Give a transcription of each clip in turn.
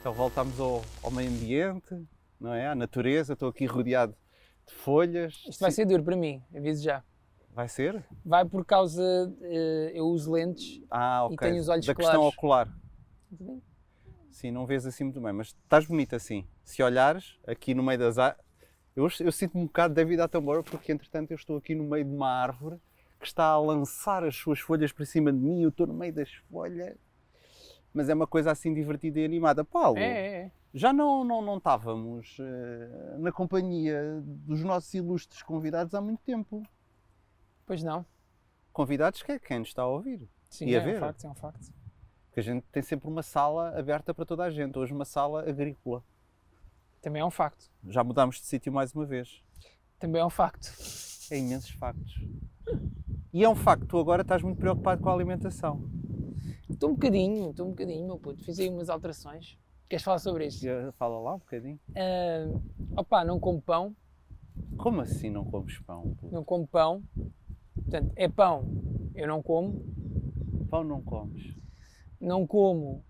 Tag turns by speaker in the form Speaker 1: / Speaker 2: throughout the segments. Speaker 1: Então voltamos ao, ao meio ambiente, não é? À natureza. Estou aqui rodeado de folhas.
Speaker 2: Isto é- vai ser duro para mim, aviso já.
Speaker 1: Vai ser?
Speaker 2: Vai por causa. eh, eu uso lentes.
Speaker 1: Ah,
Speaker 2: E
Speaker 1: ok.
Speaker 2: tenho os olhos
Speaker 1: da questão
Speaker 2: claros.
Speaker 1: ocular. Sim, não vês assim muito bem, mas estás bonito assim. Se olhares aqui no meio das ar... eu, eu sinto-me um bocado David Attenborough porque entretanto eu estou aqui no meio de uma árvore que está a lançar as suas folhas para cima de mim, eu estou no meio das folhas. Mas é uma coisa assim divertida e animada. Paulo,
Speaker 2: É, é, é.
Speaker 1: já não, não, não estávamos eh, na companhia dos nossos ilustres convidados há muito tempo.
Speaker 2: Pois não.
Speaker 1: Convidados que é quem nos está a ouvir.
Speaker 2: Sim,
Speaker 1: E a
Speaker 2: é
Speaker 1: ver?
Speaker 2: um facto, é um facto.
Speaker 1: Porque a gente tem sempre uma sala aberta para toda a gente. Hoje uma sala agrícola.
Speaker 2: Também é um facto.
Speaker 1: Já mudámos de sítio mais uma vez.
Speaker 2: Também é um facto.
Speaker 1: É imensos factos. E é um facto, tu agora estás muito preocupado com a alimentação.
Speaker 2: Estou um bocadinho, estou um bocadinho, meu puto. Fiz aí umas alterações. Queres falar sobre isto?
Speaker 1: E, Fala lá um bocadinho.
Speaker 2: Ah, opa, não como pão.
Speaker 1: Como assim não comes pão? puto?
Speaker 2: Não como pão. Portanto, é pão. Eu não como.
Speaker 1: Pão não comes.
Speaker 2: Não como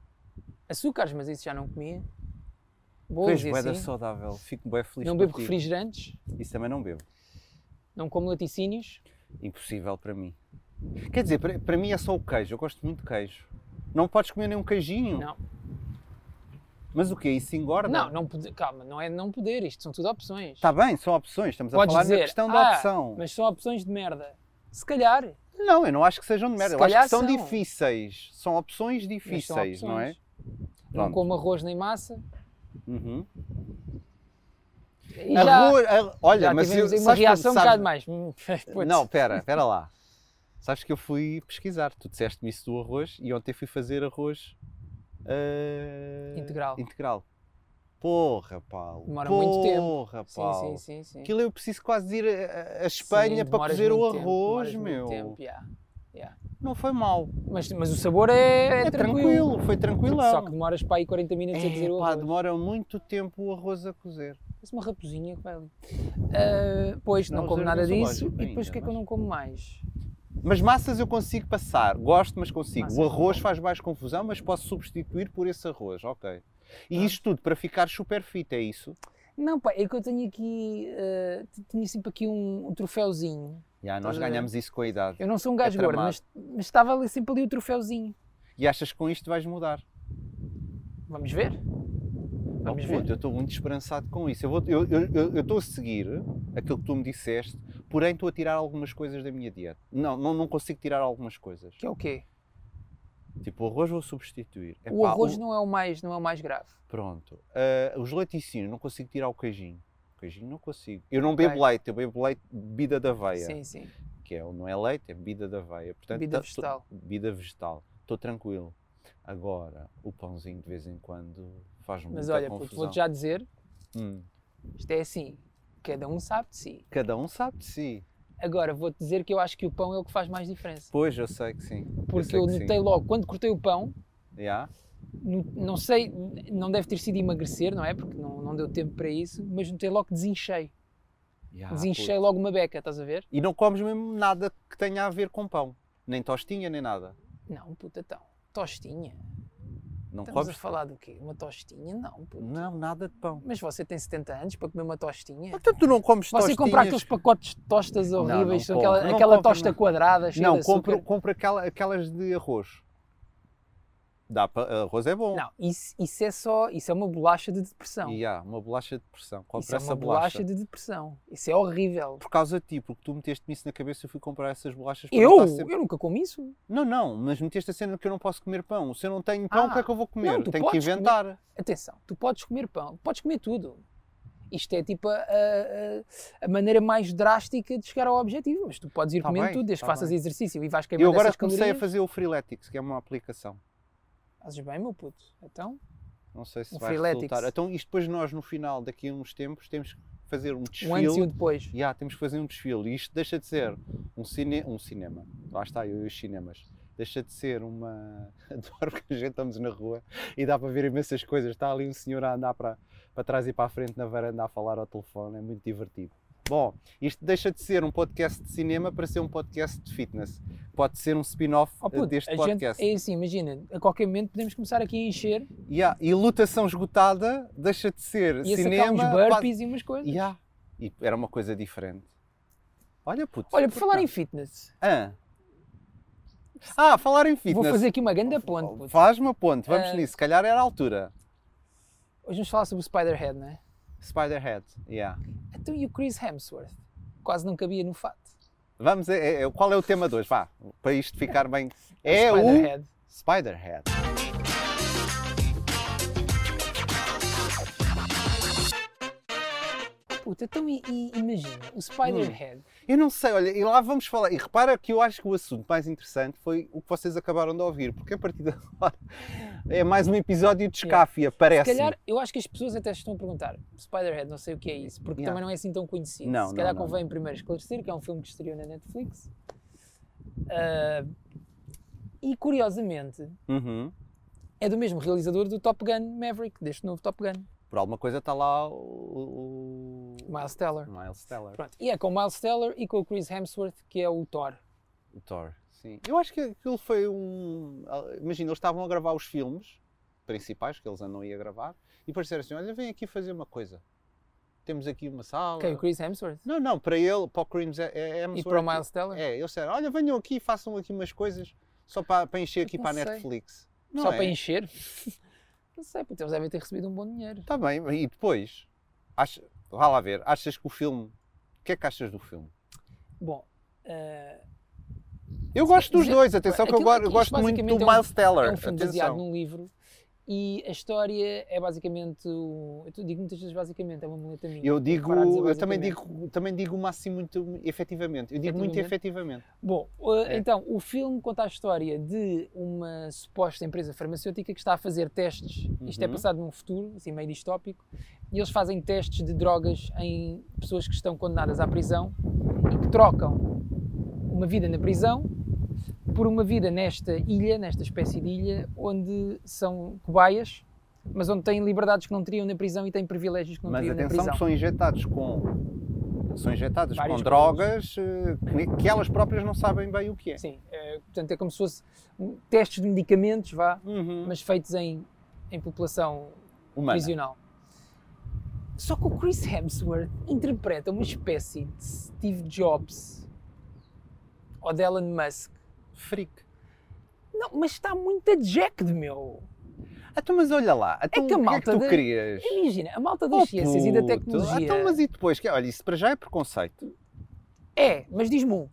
Speaker 2: açúcares, mas isso já não
Speaker 1: Tu
Speaker 2: comia.
Speaker 1: és
Speaker 2: Boas e
Speaker 1: bué da
Speaker 2: assim.
Speaker 1: saudável, fico bué feliz
Speaker 2: Não
Speaker 1: por
Speaker 2: bebo
Speaker 1: ti.
Speaker 2: refrigerantes.
Speaker 1: Isso também não bebo.
Speaker 2: Não como laticínios.
Speaker 1: Impossível para mim. Quer dizer, para, para mim é só o queijo, eu gosto muito de queijo. Não podes comer nem um queijinho?
Speaker 2: Não.
Speaker 1: Mas o quê? Isso engorda?
Speaker 2: Não, não poder, calma, não é não poder, isto são tudo opções.
Speaker 1: Está bem, são opções, estamos a
Speaker 2: Podes
Speaker 1: falar
Speaker 2: dizer,
Speaker 1: na questão da
Speaker 2: "Ah,
Speaker 1: opção.
Speaker 2: Mas são opções de merda. Se calhar,
Speaker 1: Não, eu não acho que sejam de
Speaker 2: Se
Speaker 1: merda, eu acho
Speaker 2: calhar
Speaker 1: que são,
Speaker 2: são.
Speaker 1: difíceis. São opções
Speaker 2: mas
Speaker 1: difíceis,
Speaker 2: são opções.
Speaker 1: não é?
Speaker 2: Não
Speaker 1: Pronto.
Speaker 2: como arroz nem massa.
Speaker 1: Uhum.
Speaker 2: E já,
Speaker 1: Arroz, ar- olha,
Speaker 2: já
Speaker 1: mas eu,
Speaker 2: tivemos aí uma
Speaker 1: sabes que eu-
Speaker 2: reação um
Speaker 1: sabes-
Speaker 2: bocado mais. Hum, putz.
Speaker 1: Não, pera, pera lá. Sabes que eu fui pesquisar, tu disseste-me isso do arroz e ontem fui fazer arroz eh,
Speaker 2: Integral.
Speaker 1: Integral. Porra, Paulo.
Speaker 2: Demora
Speaker 1: porra,
Speaker 2: muito tempo.
Speaker 1: Paulo.
Speaker 2: Sim, sim, sim. sim.
Speaker 1: Aquilo eu preciso quase ir a, a
Speaker 2: Sim,
Speaker 1: Espanha para
Speaker 2: demoras
Speaker 1: cozer o
Speaker 2: muito tempo,
Speaker 1: arroz,
Speaker 2: demoras muito
Speaker 1: meu.
Speaker 2: tempo, já.
Speaker 1: Não foi mal.
Speaker 2: mas, mas o sabor é,
Speaker 1: É tranquilo, foi tranquilão. É,
Speaker 2: Só que demoras para aí 40 minutos a cozer o
Speaker 1: Epá,
Speaker 2: arroz.
Speaker 1: demora muito tempo o arroz a cozer.
Speaker 2: Parece uma raposinha que vai ali. Ah, pois, não,
Speaker 1: Não,
Speaker 2: como
Speaker 1: os
Speaker 2: nada
Speaker 1: zoológico
Speaker 2: disso. E depois
Speaker 1: ainda,
Speaker 2: o que é que eu
Speaker 1: mas-
Speaker 2: não como mais?
Speaker 1: Mas massas eu consigo passar, gosto, mas consigo.
Speaker 2: Massas é
Speaker 1: o
Speaker 2: não
Speaker 1: arroz
Speaker 2: como.
Speaker 1: faz mais confusão, mas posso substituir por esse arroz, ok. E
Speaker 2: Pronto.
Speaker 1: isto tudo para ficar super fit, é isso?
Speaker 2: Não, pá, é que eu tenho aqui. eh, t- tinha sempre aqui um, um troféuzinho.
Speaker 1: Já,
Speaker 2: Estás
Speaker 1: nós
Speaker 2: a ver?
Speaker 1: ganhamos isso com a idade.
Speaker 2: Eh, Eu não sou um gajo gordo,
Speaker 1: É tramado.
Speaker 2: mas, mas estava ali sempre ali o troféuzinho.
Speaker 1: E achas que com isto vais mudar?
Speaker 2: Vamos ver?
Speaker 1: Oh,
Speaker 2: Vamos
Speaker 1: puto,
Speaker 2: ver.
Speaker 1: eu estou muito esperançado com isso. Eu vou- eu- eu- eu- eu estou a seguir aquilo que tu me disseste, porém estou a tirar algumas coisas da minha dieta. Não, não, não consigo tirar algumas coisas.
Speaker 2: Que é o quê?
Speaker 1: Tipo, o arroz vou substituir.
Speaker 2: o
Speaker 1: Epá,
Speaker 2: arroz
Speaker 1: o-
Speaker 2: não é o mais, não é o mais grave.
Speaker 1: Pronto. Ah, os laticínios, não consigo tirar o queijinho. O queijinho não consigo. Eu não bebo
Speaker 2: Ok.
Speaker 1: leite, eu bebo leite bebida da aveia.
Speaker 2: Sim, sim.
Speaker 1: que é, não é leite, é bebida da aveia. Portanto,
Speaker 2: Bebida
Speaker 1: tá- tô-
Speaker 2: vegetal.
Speaker 1: Bebida vegetal. Estou tranquilo. Agora, o pãozinho de vez em quando faz muita
Speaker 2: Mas olha, puto,
Speaker 1: confusão.
Speaker 2: vou-te já dizer,
Speaker 1: Hum.
Speaker 2: isto é assim, cada um sabe de si.
Speaker 1: Cada um sabe de si.
Speaker 2: Agora, vou-te dizer que eu acho que o pão é o que faz mais diferença.
Speaker 1: Pois, eu sei que sim.
Speaker 2: Porque
Speaker 1: sei
Speaker 2: eu
Speaker 1: que sim.
Speaker 2: notei logo, quando cortei o pão,
Speaker 1: Já?
Speaker 2: no- não sei, não deve ter sido emagrecer, não é? Porque não, não deu tempo para isso, mas notei logo que desinchei.
Speaker 1: Já,
Speaker 2: desinchei
Speaker 1: pois.
Speaker 2: logo uma beca, estás a ver?
Speaker 1: E não comes mesmo nada que tenha a ver com pão. Nem tostinha, nem nada.
Speaker 2: Não, puta, então. Tostinha.
Speaker 1: Não
Speaker 2: Estamos
Speaker 1: comes?
Speaker 2: a falar do quê? Uma tostinha? Não, puto.
Speaker 1: Não, nada de pão.
Speaker 2: Mas você tem 70 anos para comer uma tostinha?
Speaker 1: Portanto, tu não comes
Speaker 2: Você
Speaker 1: tostinhas.
Speaker 2: comprar aqueles pacotes de tostas
Speaker 1: Não, não
Speaker 2: horríveis, são
Speaker 1: compro,
Speaker 2: aquela,
Speaker 1: não
Speaker 2: aquela
Speaker 1: compro,
Speaker 2: tosta
Speaker 1: não.
Speaker 2: quadrada, cheia
Speaker 1: Não,
Speaker 2: de
Speaker 1: compro,
Speaker 2: açúcar.
Speaker 1: compro aquela- aquelas de arroz. Dá pa- arroz é bom.
Speaker 2: Não, isso, isso é só, isso é uma bolacha de depressão.
Speaker 1: E há uma bolacha de pressão. Compra
Speaker 2: Isso é
Speaker 1: essa
Speaker 2: uma
Speaker 1: bolacha.
Speaker 2: bolacha de depressão. Isso é horrível.
Speaker 1: Por causa de ti, porque tu meteste-me isso na cabeça, eu fui comprar essas bolachas para
Speaker 2: Eu?
Speaker 1: estar sempre-
Speaker 2: Eu nunca como isso.
Speaker 1: Não, não, mas meteste a cena que eu não posso comer pão. Se eu não tenho pão, o que é
Speaker 2: Ah,
Speaker 1: que eu vou comer?
Speaker 2: não, tu
Speaker 1: Tenho que
Speaker 2: podes comer-
Speaker 1: inventar.
Speaker 2: Atenção, tu podes comer pão, podes comer tudo. Isto é tipo a, a- a maneira mais drástica de chegar ao objetivo, mas tu podes ir
Speaker 1: Tá
Speaker 2: comendo
Speaker 1: bem,
Speaker 2: tudo, desde que
Speaker 1: tá
Speaker 2: faças
Speaker 1: bem.
Speaker 2: exercício e vais
Speaker 1: Eu
Speaker 2: queimando
Speaker 1: agora
Speaker 2: essas
Speaker 1: comecei
Speaker 2: calorias.
Speaker 1: a fazer o Freeletics, que é uma aplicação.
Speaker 2: Fazes bem, meu puto. Então,
Speaker 1: Não sei se
Speaker 2: O
Speaker 1: vai
Speaker 2: Freeletics.
Speaker 1: resultar. Então, isto depois nós, no final, daqui a uns tempos, temos que fazer um desfile.
Speaker 2: um antes e um depois.
Speaker 1: Ya, temos que fazer um desfile. E isto deixa de ser um, cine... um cinema. Lá está, eu e os cinemas. Deixa de ser uma. Adoro que a gente estamos na rua e dá para ver imensas coisas. Está ali um senhor a andar para, para trás e para a frente na varanda a falar ao telefone. É muito divertido. Bom, isto deixa de ser um podcast de cinema para ser um podcast de fitness. Pode ser um spin-off
Speaker 2: Oh, puto,
Speaker 1: eh, deste
Speaker 2: a gente,
Speaker 1: podcast.
Speaker 2: é assim, imagina, a qualquer momento podemos começar aqui a encher
Speaker 1: Yeah, E lutação esgotada deixa de ser
Speaker 2: e a sacar
Speaker 1: cinema.
Speaker 2: uns
Speaker 1: pá-
Speaker 2: burpees e umas coisas.
Speaker 1: Yeah. E é era uma coisa diferente. Olha, puto.
Speaker 2: Olha, por falar
Speaker 1: não?
Speaker 2: em fitness,
Speaker 1: Ah. Ah, falar em fitness.
Speaker 2: vou fazer aqui uma grande ponte. puto.
Speaker 1: Faz uma ponte, vamos
Speaker 2: Ah.
Speaker 1: nisso. Se calhar era a altura.
Speaker 2: Hoje vamos falar sobre o Spider-Head, não é?
Speaker 1: Spider-Head. Yeah.
Speaker 2: Então e o Chris Hemsworth? Quase não cabia no fato.
Speaker 1: Vamos, é, é- qual é o tema de hoje? Vá, para isto ficar bem. É o
Speaker 2: Spider-Head.
Speaker 1: Spider-Head.
Speaker 2: Puta, então e, e imagina, o Spider-Head.
Speaker 1: Eu não sei, olha, e lá vamos falar. E repara que eu acho que o assunto mais interessante foi o que vocês acabaram de ouvir, porque a partir de agora é mais um episódio de escáfia,
Speaker 2: Se
Speaker 1: parece.
Speaker 2: calhar, eu acho que as pessoas até se estão a perguntar, Spider-Head, não sei o que é isso, porque
Speaker 1: Yeah.
Speaker 2: também não é assim tão conhecido.
Speaker 1: Não,
Speaker 2: se
Speaker 1: não,
Speaker 2: calhar
Speaker 1: não,
Speaker 2: convém primeiro esclarecer que é um filme que estreou na Netflix. Ah, e curiosamente,
Speaker 1: Uhum.
Speaker 2: é do mesmo realizador do Top Gun Maverick, deste novo Top Gun,
Speaker 1: Por alguma coisa está lá o. o-
Speaker 2: Miles Teller.
Speaker 1: Miles Teller.
Speaker 2: Pronto, e é com o Miles Teller e com o Chris Hemsworth, que é o Thor.
Speaker 1: O Thor, sim. Eu acho que aquilo foi um. Imagina, eles estavam a gravar os filmes principais que eles andam aí a gravar e pareceram assim: olha, vem aqui fazer uma coisa. Temos aqui uma sala.
Speaker 2: Quem? O Chris Hemsworth?
Speaker 1: Não, não, para ele, para o Crimes é, é, é
Speaker 2: E
Speaker 1: Hemsworth.
Speaker 2: para o Miles Teller?
Speaker 1: É, eles disseram: olha, venham aqui e façam aqui umas coisas só para, para encher aqui
Speaker 2: Não
Speaker 1: para a
Speaker 2: sei.
Speaker 1: Netflix.
Speaker 2: Só
Speaker 1: é?
Speaker 2: para encher? não sei, porque eles devem ter recebido um bom dinheiro.
Speaker 1: Está Tá bem, e depois? Acha, vá lá ver, achas que o filme. O que é que achas do filme?
Speaker 2: Bom, eh,
Speaker 1: Eu gosto dos
Speaker 2: Mas é-
Speaker 1: dois, atenção, que eu,
Speaker 2: aquilo-
Speaker 1: go- eu
Speaker 2: aquilo
Speaker 1: gosto muito do
Speaker 2: basicamente é um-
Speaker 1: Miles Teller.
Speaker 2: é um filme baseado
Speaker 1: atenção.
Speaker 2: num livro e a história é basicamente. o- Eu te digo muitas vezes basicamente, é uma muleta minha.
Speaker 1: Eu
Speaker 2: tenho que
Speaker 1: digo,
Speaker 2: parar de dizer
Speaker 1: eu também
Speaker 2: basicamente.
Speaker 1: digo, também digo uma assim muito efetivamente. Eu digo muito efetivamente.
Speaker 2: Bom, eh,
Speaker 1: É.
Speaker 2: então, o filme conta a história de uma suposta empresa farmacêutica que está a fazer testes. Isto é
Speaker 1: Uhum.
Speaker 2: passado num futuro, assim meio distópico, e eles fazem testes de drogas em pessoas que estão condenadas à prisão e que trocam uma vida na prisão por uma vida nesta ilha, nesta espécie de ilha, onde são cobaias, mas onde têm liberdades que não teriam na prisão e têm privilégios que não
Speaker 1: Mas
Speaker 2: teriam na
Speaker 1: atenção
Speaker 2: prisão.
Speaker 1: que são injetados com são injetadas
Speaker 2: Várias
Speaker 1: com
Speaker 2: coisas.
Speaker 1: drogas eh, que, que elas próprias não sabem bem o que é.
Speaker 2: Sim, eh, portanto é como se fosse um- testes de medicamentos, vá,
Speaker 1: Uhum.
Speaker 2: mas feitos em, em população
Speaker 1: Humana.
Speaker 2: prisional. Só que o Chris Hemsworth interpreta uma espécie de Steve Jobs ou de Elon Musk.
Speaker 1: Freak.
Speaker 2: Não, mas está muito a jacked, meu.
Speaker 1: Ah, Então, mas olha lá, então,
Speaker 2: que a
Speaker 1: o que é que
Speaker 2: malta
Speaker 1: tu
Speaker 2: da-
Speaker 1: querias?
Speaker 2: Imagina, a malta das
Speaker 1: Oh,
Speaker 2: ciências e da
Speaker 1: puto.
Speaker 2: tecnologia.
Speaker 1: Ah, Então, mas e depois? Que- Olha, isso para já é preconceito.
Speaker 2: É, mas diz-me um.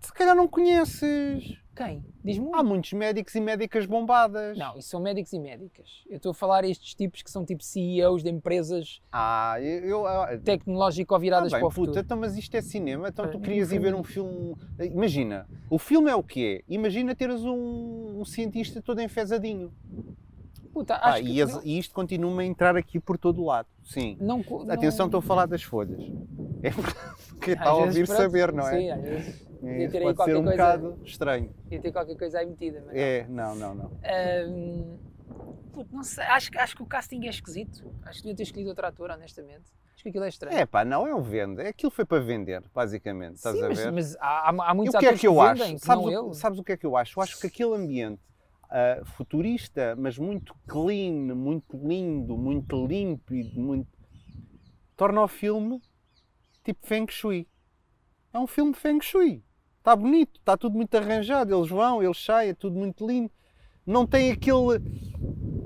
Speaker 1: Se calhar não conheces.
Speaker 2: Quem? Diz-me um.
Speaker 1: Há muitos médicos e médicas bombadas.
Speaker 2: Não, isso são médicos e médicas. Eu estou a falar a estes tipos que são tipo CEOs de empresas
Speaker 1: Ah, eu, eu,
Speaker 2: tecnológico viradas
Speaker 1: Tá bem,
Speaker 2: para o
Speaker 1: puta,
Speaker 2: futuro.
Speaker 1: então, mas isto é cinema, então
Speaker 2: Pá,
Speaker 1: tu
Speaker 2: um
Speaker 1: querias ir
Speaker 2: filme.
Speaker 1: ver um filme. Imagina, o filme é o que é? Imagina teres um, um cientista todo enfezadinho.
Speaker 2: Puta,
Speaker 1: Pá,
Speaker 2: acho que
Speaker 1: Ah, e, as- e isto continua a entrar aqui por todo o lado. Sim.
Speaker 2: não, não, não-
Speaker 1: Atenção, estou a falar das folhas. É porque
Speaker 2: às
Speaker 1: está a
Speaker 2: vezes,
Speaker 1: ouvir
Speaker 2: pronto,
Speaker 1: saber, não é?
Speaker 2: Sim, às vezes.
Speaker 1: Isso
Speaker 2: ter aí
Speaker 1: pode ser
Speaker 2: qualquer
Speaker 1: um
Speaker 2: coisa.
Speaker 1: bocado estranho.
Speaker 2: Devia ter qualquer coisa aí metida. Mas...
Speaker 1: É, não, não, não.
Speaker 2: Ahm, puto, não sei, acho, que- acho que o casting é esquisito. Acho que devia ter escolhido outra ator, honestamente. Acho que aquilo é estranho.
Speaker 1: É pá, não é um vende. Aquilo foi para vender, basicamente. Estás
Speaker 2: Sim,
Speaker 1: a
Speaker 2: mas,
Speaker 1: ver?
Speaker 2: mas há, há, há
Speaker 1: E
Speaker 2: muitos
Speaker 1: o que é
Speaker 2: atores
Speaker 1: que eu acho?
Speaker 2: vendem, que
Speaker 1: sabes,
Speaker 2: não
Speaker 1: o,
Speaker 2: eu.
Speaker 1: sabes o que é que eu acho? Eu acho que aquele ambiente ah, futurista, mas muito clean, muito lindo, muito límpido, muito... torna o filme tipo Feng Shui. É um filme Feng Shui. Está bonito, está tudo muito arranjado. Eles vão, eles saem, é tudo muito lindo. Não tem aquele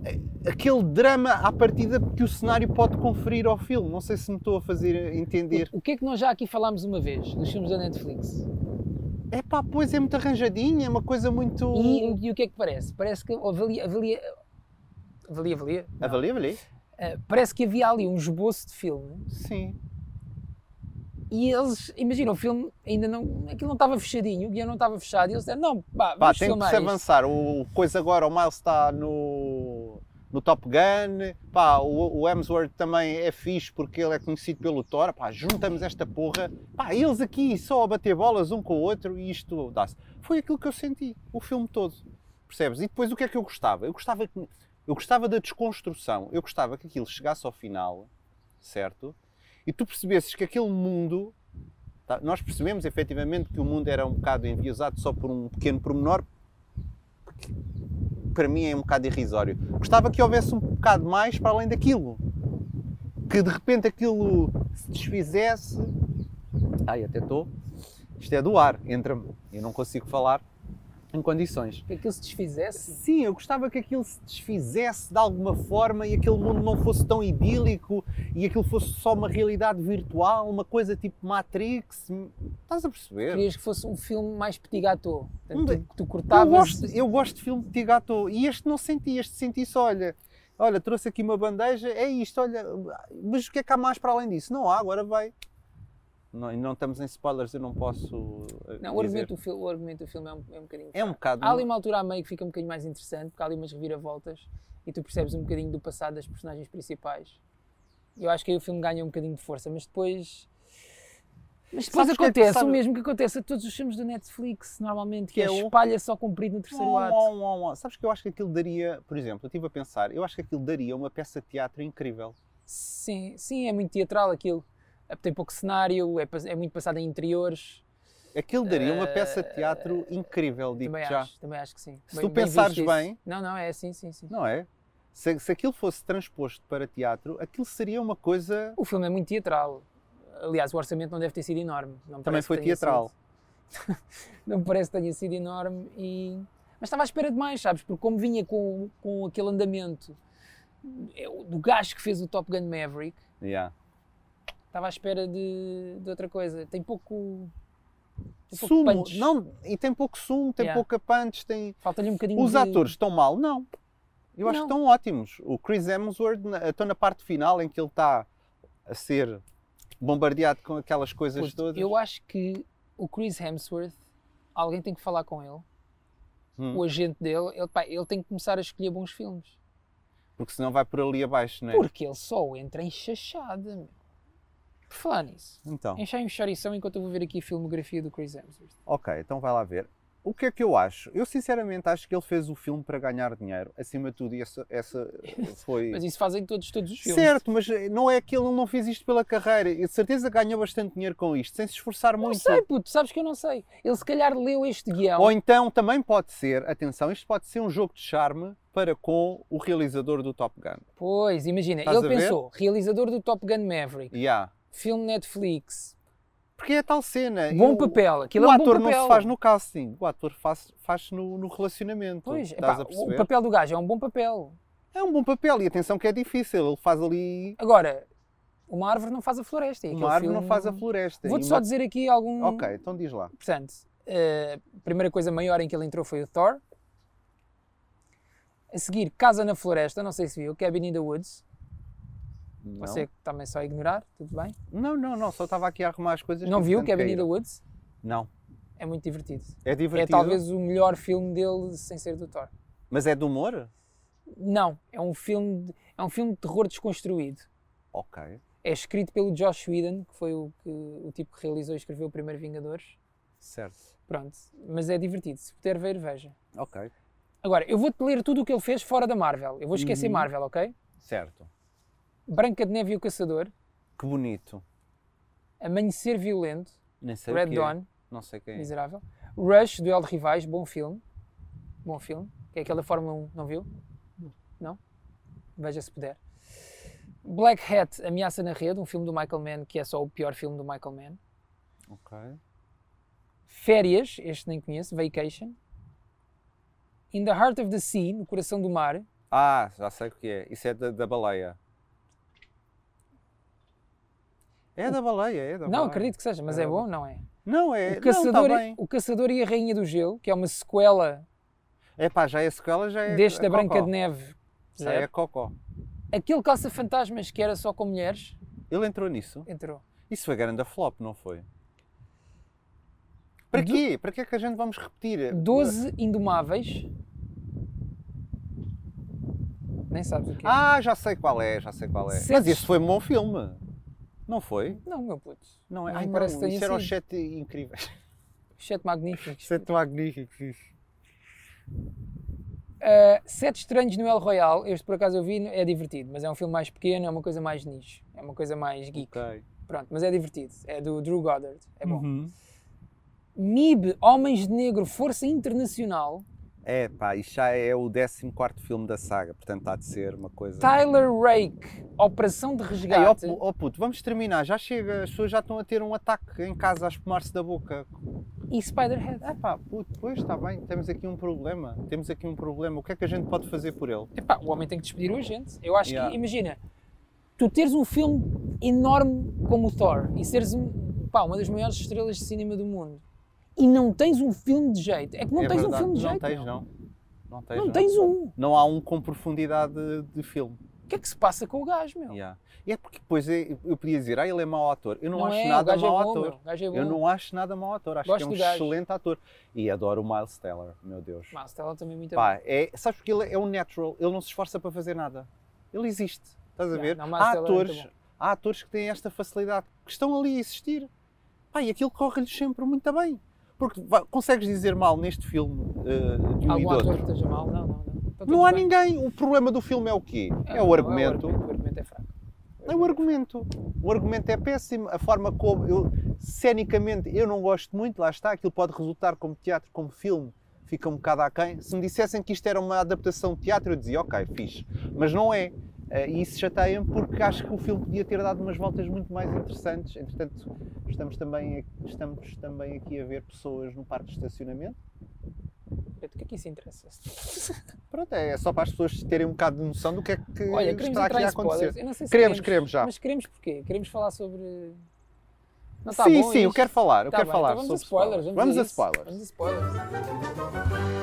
Speaker 1: eh, aquele drama à partida que o cenário pode conferir ao filme. Não sei se me estou a fazer entender.
Speaker 2: O que é que nós já aqui falámos uma vez dos filmes da Netflix?
Speaker 1: É pá, pois é muito arranjadinho, é uma coisa muito.
Speaker 2: E, e o que é que parece? Parece que avalia. avalia Avalia, avalia? Não.
Speaker 1: Avalia, avalia.
Speaker 2: Eh, parece que havia ali um esboço de filme
Speaker 1: Sim.
Speaker 2: e eles, imagina, o filme ainda não, aquilo não estava fechadinho, o guião não estava fechado e eles disseram, não,
Speaker 1: Pá,
Speaker 2: pá, vamos
Speaker 1: tem que
Speaker 2: filmar
Speaker 1: se
Speaker 2: isto.
Speaker 1: avançar. O coisa agora, o Miles está no, no Top Gun. Pá, o, o Hemsworth também é fixe porque ele é conhecido pelo Thor. Pá, juntamos esta porra. Pá, eles aqui só a bater bolas um com o outro e isto dá-se. Foi aquilo que eu senti, o filme todo. Percebes? E depois o que é que eu gostava? Eu gostava, que, eu gostava da desconstrução. Eu gostava que aquilo chegasse ao final, certo? E e tu percebesses que aquele mundo. tá, Nós percebemos efetivamente que o mundo era um bocado enviosado só por um pequeno pormenor, porque para mim é um bocado irrisório. Gostava que houvesse um bocado mais para além daquilo. Que de repente aquilo se desfizesse. Ai, até estou. Isto é do ar, entra-me. Eu não consigo falar em condições.
Speaker 2: Que aquilo se desfizesse.
Speaker 1: Sim, eu gostava que aquilo se desfizesse de alguma forma e aquele mundo não fosse tão idílico e aquilo fosse só uma realidade virtual, uma coisa tipo Matrix. Estás a perceber?
Speaker 2: Querias que fosse um filme mais petit gâteau.
Speaker 1: Hum,
Speaker 2: Portanto, tu, tu
Speaker 1: Eu
Speaker 2: cortavas.
Speaker 1: gosto, eu gosto de filme de tigre à toa e este não senti, este senti só, olha, olha, trouxe aqui uma bandeja, é isto, olha, mas o que é que há mais para além disso? Não há, agora vai. Não, não estamos em spoilers, eu não posso. eh,
Speaker 2: Não, o
Speaker 1: dizer.
Speaker 2: argumento, do filme, o argumento do filme é um, é um bocadinho.
Speaker 1: É um bocado.
Speaker 2: Há ali uma altura a meio que fica um bocadinho mais interessante, porque há ali umas reviravoltas e tu percebes um bocadinho do passado das personagens principais. Eu acho que aí o filme ganha um bocadinho de força, mas depois. Mas depois
Speaker 1: Sabes que é que-
Speaker 2: acontece um o
Speaker 1: sabe-
Speaker 2: mesmo que acontece a todos os filmes do Netflix, normalmente, que
Speaker 1: Que
Speaker 2: é,
Speaker 1: é o-
Speaker 2: espalha só comprido no terceiro ato.
Speaker 1: Oh, oh, oh, oh. Sabes que eu acho que aquilo daria, por exemplo, eu estive a pensar, eu acho que aquilo daria uma peça de teatro incrível.
Speaker 2: Sim, sim, é muito teatral aquilo. É- Tem pouco cenário, é, pas- é muito passado em interiores.
Speaker 1: Aquilo daria uma peça de teatro incrível, digo
Speaker 2: Eh, também
Speaker 1: Tipo, já.
Speaker 2: acho, também acho que sim.
Speaker 1: Se
Speaker 2: Bem-
Speaker 1: tu
Speaker 2: bem visto
Speaker 1: pensares
Speaker 2: isso.
Speaker 1: bem-
Speaker 2: Não, não, é assim, sim, sim.
Speaker 1: Não é? Se, se aquilo fosse transposto para teatro, aquilo seria uma coisa.
Speaker 2: O filme é muito teatral. Aliás, o orçamento não deve ter sido enorme. Não me
Speaker 1: Também
Speaker 2: parece que
Speaker 1: foi
Speaker 2: tenha
Speaker 1: teatral.
Speaker 2: sido- não me parece que tenha sido enorme. E... Mas estava à espera demais, sabes? Porque como vinha com, com aquele andamento é, o- do gajo que fez o Top Gun Maverick,
Speaker 1: Yeah.
Speaker 2: estava à espera de, de outra coisa. Tem pouco... tem pouco
Speaker 1: Sumo,
Speaker 2: punch.
Speaker 1: não, e tem pouco sumo, tem
Speaker 2: Yeah.
Speaker 1: pouca punch, tem.
Speaker 2: Falta-lhe um bocadinho
Speaker 1: Os
Speaker 2: de...
Speaker 1: atores estão mal? Não. Eu acho
Speaker 2: Não.
Speaker 1: que estão ótimos. O Chris Hemsworth, na- estou na parte final em que ele está a ser bombardeado com aquelas coisas
Speaker 2: Puto,
Speaker 1: todas.
Speaker 2: Eu acho que o Chris Hemsworth, alguém tem que falar com ele.
Speaker 1: Hum.
Speaker 2: O agente dele, ele, pá, ele tem que começar a escolher bons filmes.
Speaker 1: Porque senão vai por ali abaixo, não é?
Speaker 2: Porque ele só entra em chachada, meu. Por falar nisso,
Speaker 1: Então.
Speaker 2: enchei um chorição enquanto eu vou ver aqui a filmografia do Chris Hemsworth.
Speaker 1: Ok, então vai lá ver. O que é que eu acho? Eu sinceramente acho que ele fez o filme para ganhar dinheiro, acima de tudo, e essa, essa foi.
Speaker 2: Mas isso fazem todos, todos os filmes.
Speaker 1: certo, mas não é que ele não fez isto pela carreira. Eu de certeza ganhou bastante dinheiro com isto, sem se esforçar
Speaker 2: Não
Speaker 1: muito.
Speaker 2: sei, é um puto, sabes que eu não sei. Ele se calhar leu este guião.
Speaker 1: Ou então também pode ser, atenção, isto pode ser um jogo de charme para com o realizador do Top Gun.
Speaker 2: Pois, imagina,
Speaker 1: Estás
Speaker 2: ele
Speaker 1: a ver?
Speaker 2: pensou, realizador do Top Gun Maverick,
Speaker 1: Yeah.
Speaker 2: filme Netflix,
Speaker 1: Porque é a tal cena.
Speaker 2: bom
Speaker 1: eu-
Speaker 2: papel, aquilo
Speaker 1: o
Speaker 2: é um
Speaker 1: ator
Speaker 2: bom
Speaker 1: não
Speaker 2: papel.
Speaker 1: se faz no casting, o ator faz- faz-se no, no relacionamento.
Speaker 2: Pois,
Speaker 1: estás
Speaker 2: epá,
Speaker 1: a
Speaker 2: o
Speaker 1: perceber?
Speaker 2: papel do gajo é um bom papel.
Speaker 1: É um bom papel e atenção que é difícil, ele faz ali
Speaker 2: Agora, uma árvore não faz a floresta. e
Speaker 1: O
Speaker 2: aquele
Speaker 1: mar não
Speaker 2: filme-
Speaker 1: faz a floresta.
Speaker 2: Vou-te
Speaker 1: E
Speaker 2: só
Speaker 1: uma-
Speaker 2: dizer aqui algum...
Speaker 1: Ok, então diz lá.
Speaker 2: Portanto, eh, a primeira coisa maior em que ele entrou foi o Thor. A seguir, Casa na Floresta, não sei se viu, Cabin in the Woods.
Speaker 1: Não,
Speaker 2: Você que também só ignorar, tudo bem.
Speaker 1: não, não, não, só estava aqui a arrumar as coisas.
Speaker 2: não
Speaker 1: que,
Speaker 2: viu
Speaker 1: entretanto,
Speaker 2: Cabin in the
Speaker 1: caíram.
Speaker 2: Woods?
Speaker 1: Não,
Speaker 2: É muito divertido.
Speaker 1: é
Speaker 2: É
Speaker 1: divertido,
Speaker 2: talvez o melhor filme dele sem ser do Thor.
Speaker 1: mas é de humor?
Speaker 2: Não, é um filme de, é um filme de terror desconstruído.
Speaker 1: Ok.
Speaker 2: É escrito pelo Josh Whedon, que foi o, que, o tipo que realizou e escreveu o primeiro Vingadores.
Speaker 1: Certo.
Speaker 2: Pronto, mas é divertido. Se puder ver, veja.
Speaker 1: Ok.
Speaker 2: Agora, eu vou-te ler tudo o que ele fez fora da Marvel. Eu vou esquecer
Speaker 1: Uhum.
Speaker 2: Marvel, ok?
Speaker 1: Certo.
Speaker 2: Branca de Neve e o Caçador,
Speaker 1: Que bonito.
Speaker 2: Amanhecer Violento,
Speaker 1: Nem sei
Speaker 2: Red
Speaker 1: o que é.
Speaker 2: Dawn,
Speaker 1: Não sei quem é.
Speaker 2: miserável. Rush, Duelo de Rivais, bom filme. Bom filme. Que é aquele da Fórmula 1, não viu? Não? Veja se puder. Black Hat, Ameaça na Rede, um filme do Michael Mann que é só o pior filme do Michael Mann.
Speaker 1: Ok.
Speaker 2: Férias, este nem conheço, Vacation. In the Heart of the Sea, No Coração do Mar.
Speaker 1: Ah, já sei o que é. Isso é da, da baleia. É da baleia, é da baleia.
Speaker 2: Não acredito que seja, mas é bom, não é?
Speaker 1: Não, é.
Speaker 2: O Caçador,
Speaker 1: Não, tá bem.
Speaker 2: o Caçador e a Rainha do Gelo, que é uma sequela
Speaker 1: É pá, já é sequela, já é.
Speaker 2: deste da
Speaker 1: é
Speaker 2: Branca
Speaker 1: cocó.
Speaker 2: de Neve.
Speaker 1: Já é
Speaker 2: Zero.
Speaker 1: cocó.
Speaker 2: Aquele caça-fantasmas que era só com mulheres,
Speaker 1: Ele entrou nisso?
Speaker 2: entrou.
Speaker 1: Isso foi grande flop, não foi? Para
Speaker 2: Do-
Speaker 1: quê? Para que é que a gente vamos repetir?
Speaker 2: 12 Indomáveis. Nem sabes o que é.
Speaker 1: Ah, já sei qual é, já sei qual é.
Speaker 2: Sete-
Speaker 1: Mas isso foi um bom filme. Não foi?
Speaker 2: Não, meu puto.
Speaker 1: Não é?
Speaker 2: Não
Speaker 1: Ai, não,
Speaker 2: parece que tenha
Speaker 1: isso era os
Speaker 2: sido.
Speaker 1: sete incríveis.
Speaker 2: Sete Magníficos.
Speaker 1: Sete magníficos.
Speaker 2: Ah, Sete Estranhos no El Royal. Este por acaso eu vi, é divertido, mas é um filme mais pequeno, é uma coisa mais nicho. É uma coisa mais geek.
Speaker 1: Ok.
Speaker 2: Pronto, mas é divertido. É do Drew Goddard. É bom.
Speaker 1: Uhum.
Speaker 2: MIB, Homens de Negro, Força Internacional.
Speaker 1: É, pá, isto já é o 14 filme da saga, portanto há de ser uma coisa.
Speaker 2: Tyler Rake, Operação de
Speaker 1: Ei, ó
Speaker 2: Resgate.
Speaker 1: pu- ó puto, vamos terminar, já chega, as pessoas já estão a ter um ataque em casa a espumar-se da boca.
Speaker 2: e Spiderhead.
Speaker 1: Ah pá, puto, pois está bem, temos aqui um problema, temos aqui um problema, o que é que a gente pode fazer por ele?
Speaker 2: Epá, o homem tem que despedir o agente. Eu acho
Speaker 1: Yeah.
Speaker 2: que, imagina, tu teres um filme enorme como o Thor e seres um- pá, uma das maiores estrelas de cinema do mundo e não tens um filme de jeito. É que não
Speaker 1: É
Speaker 2: tens um
Speaker 1: verdade,
Speaker 2: filme de
Speaker 1: não
Speaker 2: jeito.
Speaker 1: Tens,
Speaker 2: meu.
Speaker 1: não. não tens,
Speaker 2: Não
Speaker 1: não.
Speaker 2: tens um.
Speaker 1: Não há um com profundidade de filme.
Speaker 2: O que é que se passa com o gajo, meu?
Speaker 1: Yeah. E é porque depois é- eu podia dizer, ah, ele é mau ator. Eu não, acho
Speaker 2: é, o
Speaker 1: nada
Speaker 2: gajo é
Speaker 1: mau
Speaker 2: bom,
Speaker 1: ator.
Speaker 2: meu. O gajo é bom.
Speaker 1: Eu não acho nada mau ator, acho
Speaker 2: Gosto
Speaker 1: que é um
Speaker 2: do gajo.
Speaker 1: excelente ator. E adoro o Miles Teller, meu Deus.
Speaker 2: Mas ela também é muito bom.
Speaker 1: Pá, é, sabes porque ele é um natural, ele não se esforça para fazer nada. Ele existe, estás a
Speaker 2: Yeah,
Speaker 1: ver?
Speaker 2: não, Miles
Speaker 1: há,
Speaker 2: Teller é muito
Speaker 1: atores, há atores que têm esta facilidade, que estão ali a existir. Pá, e aquilo corre-lhes sempre muito bem. Porque vai- consegues dizer mal neste filme eh, de um e
Speaker 2: Algum
Speaker 1: do outro.
Speaker 2: ator que esteja mal? Não, não, não. Está
Speaker 1: Não
Speaker 2: tudo
Speaker 1: há
Speaker 2: bem.
Speaker 1: ninguém. O problema do filme é o quê?
Speaker 2: Ah,
Speaker 1: É,
Speaker 2: não,
Speaker 1: o argumento.
Speaker 2: O argumento é fraco.
Speaker 1: É o argumento. O argumento é péssimo. A forma como eu, cenicamente, eu não gosto muito, lá está, aquilo pode resultar como teatro, como filme, fica um bocado aquém. Se me dissessem que isto era uma adaptação de teatro, eu dizia, ok, fixe. Mas não é. Eh, E isso chateia-me porque acho que o filme podia ter dado umas voltas muito mais interessantes. Entretanto, estamos também, estamos também aqui a ver pessoas no parque de estacionamento.
Speaker 2: Pedro, O que é que isso interessa?
Speaker 1: Pronto, é só para as pessoas terem um bocado de noção do que é que
Speaker 2: Olha, queremos
Speaker 1: está
Speaker 2: entrar
Speaker 1: aqui a
Speaker 2: em
Speaker 1: acontecer.
Speaker 2: spoilers. Eu não sei se
Speaker 1: Queremos, queremos já.
Speaker 2: Mas queremos porquê? Queremos falar sobre. Não tá
Speaker 1: sim,
Speaker 2: bom
Speaker 1: sim, eu
Speaker 2: isto?
Speaker 1: quero falar. Eu
Speaker 2: Tá
Speaker 1: quero
Speaker 2: bem,
Speaker 1: falar
Speaker 2: então
Speaker 1: sobre
Speaker 2: vamos a spoilers.
Speaker 1: spoilers.
Speaker 2: Vamos,
Speaker 1: a
Speaker 2: isso.
Speaker 1: spoilers.
Speaker 2: Vamos a spoilers.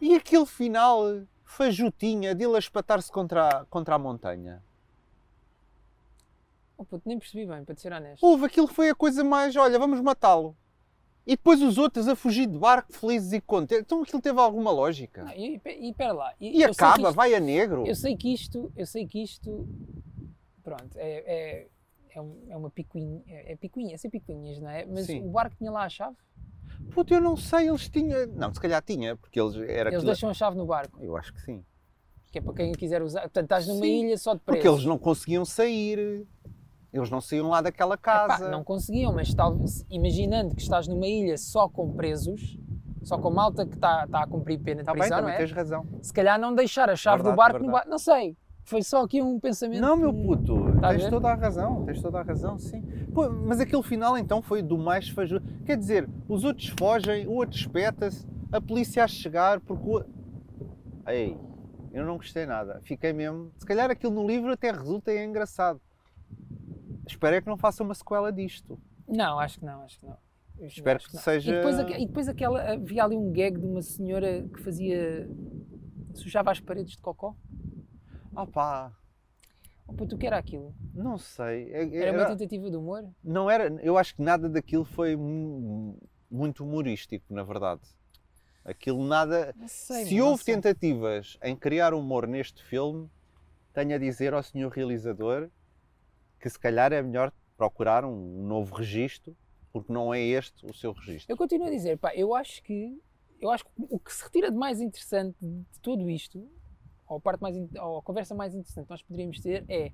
Speaker 1: E aquele final eh, fajutinha de ele a espatar-se contra, a- contra a montanha.
Speaker 2: Oh, puto, nem percebi bem, para te ser honesto.
Speaker 1: Houve, aquilo foi a coisa mais, olha, vamos matá-lo. E depois os outros a fugir de barco, felizes e contentes. Então aquilo teve alguma lógica.
Speaker 2: Não, e, e pera lá.
Speaker 1: E
Speaker 2: eu sei que
Speaker 1: acaba,
Speaker 2: isto-
Speaker 1: vai a negro.
Speaker 2: Eu sei que isto, eu sei que isto, pronto, é, é, é, um- é uma picuinha, é, é picuinha, é ser picuinhas, não é? Mas
Speaker 1: Sim.
Speaker 2: o barco tinha lá a chave,
Speaker 1: Puta, eu não sei, eles tinham... Não, se calhar tinha, porque eles... Era
Speaker 2: eles
Speaker 1: aquilo-
Speaker 2: deixam a chave no barco,
Speaker 1: Eu acho que sim.
Speaker 2: que é para quem quiser usar, portanto estás numa
Speaker 1: Sim,
Speaker 2: ilha só de preço.
Speaker 1: Porque eles não conseguiam sair. Eles não saíam lá daquela casa.
Speaker 2: não conseguiam, mas talvez, imaginando que estás numa ilha só com presos, só com malta que está tá a cumprir pena de
Speaker 1: Está bem,
Speaker 2: prisão, não
Speaker 1: também
Speaker 2: é?
Speaker 1: tens razão.
Speaker 2: Se calhar não deixar a chave
Speaker 1: Verdade,
Speaker 2: do barco no
Speaker 1: verdade.
Speaker 2: barco, não sei, foi só aqui um pensamento.
Speaker 1: Não, meu
Speaker 2: que-
Speaker 1: puto,
Speaker 2: Tá a
Speaker 1: tens
Speaker 2: ver?
Speaker 1: toda a razão, tens toda a razão, sim. Pô, mas aquele final então foi do mais faju. Quer dizer, os outros fogem, o outro espeta-se, a polícia a chegar, porque o. Ei, eu não gostei nada. Fiquei mesmo. Se calhar aquilo no livro até resulta e é engraçado. Espero é que não faça uma sequela disto.
Speaker 2: Não, acho que não, acho que não. Eu
Speaker 1: Espero
Speaker 2: acho
Speaker 1: que
Speaker 2: não.
Speaker 1: seja-
Speaker 2: E depois, aque- e depois aquela, havia ali um gag de uma senhora que fazia. sujava as paredes de cocó.
Speaker 1: Ah pá,
Speaker 2: Oh, puto, o que era aquilo?
Speaker 1: não sei. É- é-
Speaker 2: Era uma
Speaker 1: era-
Speaker 2: tentativa de humor?
Speaker 1: não era. Eu acho que nada daquilo foi mu- muito humorístico, na verdade. Aquilo nada.
Speaker 2: Não sei.
Speaker 1: Se
Speaker 2: meu, não
Speaker 1: houve
Speaker 2: sei.
Speaker 1: tentativas em criar humor neste filme, tenho a dizer ao senhor realizador que se calhar é melhor procurar um novo registro, porque não é este o seu registro.
Speaker 2: Eu continuo a dizer, pá, eu acho que. Eu acho que o que se retira de mais interessante de tudo isto, ou a, parte mais, in- ou a conversa mais interessante que nós poderíamos ter, é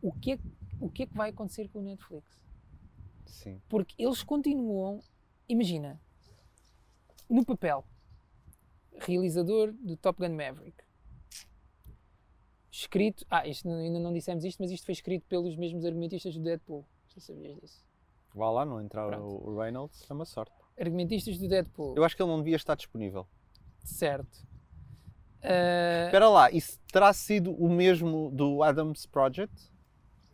Speaker 2: o que é, que- o que, é que vai acontecer com o Netflix?
Speaker 1: Sim.
Speaker 2: Porque eles continuam, imagina, no papel, realizador do Top Gun Maverick. Escrito, ah, isto não- ainda não dissemos isto, mas isto foi escrito pelos mesmos argumentistas do Deadpool. Já sabias disso?
Speaker 1: Vá lá, não entrar
Speaker 2: Pronto.
Speaker 1: o Reynolds, é uma sorte.
Speaker 2: Argumentistas do Deadpool,
Speaker 1: Eu acho que ele não devia estar disponível.
Speaker 2: certo. Ah,
Speaker 1: Espera lá, isso terá sido o mesmo do Adams Project?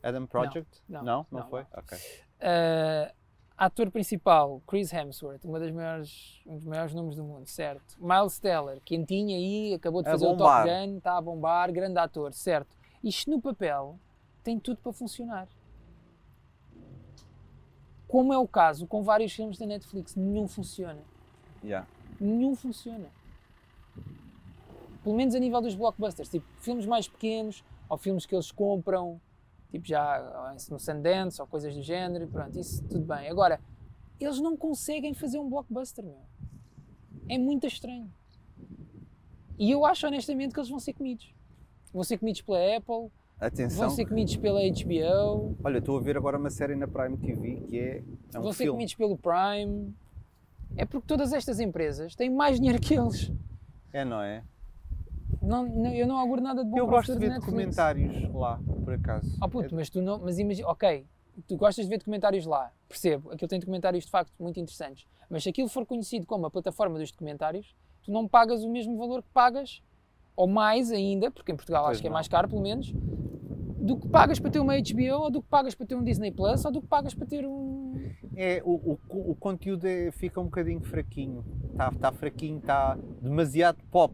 Speaker 1: Adam Project?
Speaker 2: não,
Speaker 1: não,
Speaker 2: não,
Speaker 1: foi? Ok.
Speaker 2: ah, ator principal, Chris Hemsworth, uma das maiores, um dos maiores nomes do mundo, certo. Miles Teller, quentinho aí, acabou de
Speaker 1: A
Speaker 2: fazer o
Speaker 1: bombar.
Speaker 2: Top Gun, está a bombar, grande ator, certo. Isto no papel tem tudo para funcionar. Como é o caso com vários filmes da Netflix, nenhum funciona.
Speaker 1: Yeah.
Speaker 2: Nenhum funciona. Pelo menos a nível dos blockbusters, tipo filmes mais pequenos ou filmes que eles compram, tipo já ou no Sundance ou coisas do género, pronto, isso tudo bem. Agora, eles não conseguem fazer um blockbuster, meu. É muito estranho. E eu acho honestamente que eles vão ser comidos. Vão ser comidos pela Apple,
Speaker 1: Atenção.
Speaker 2: Vão ser comidos pela HBO,
Speaker 1: Olha, estou a ver agora uma série na Prime TV que é, é um
Speaker 2: vão ser
Speaker 1: filme.
Speaker 2: comidos pelo Prime. É porque todas estas empresas têm mais dinheiro que eles.
Speaker 1: É, não é?
Speaker 2: Não, não- eu não auguro nada de bom
Speaker 1: Eu
Speaker 2: para o
Speaker 1: gosto de
Speaker 2: futuro
Speaker 1: ver
Speaker 2: Netflix.
Speaker 1: documentários lá, por acaso.
Speaker 2: Oh puto, mas tu não, mas imagina, ok, tu gostas de ver documentários lá, percebo, aquilo tem documentários de facto muito interessantes, mas se aquilo for conhecido como a plataforma dos documentários, tu não pagas o mesmo valor que pagas, ou mais ainda, porque em Portugal
Speaker 1: Pois
Speaker 2: acho que é
Speaker 1: não.
Speaker 2: mais caro pelo menos, do que pagas para ter uma HBO, ou do que pagas para ter um Disney Plus, ou do que pagas para ter um.
Speaker 1: É, o, o, co- o conteúdo é- fica um bocadinho fraquinho. Está tá fraquinho, está demasiado pop.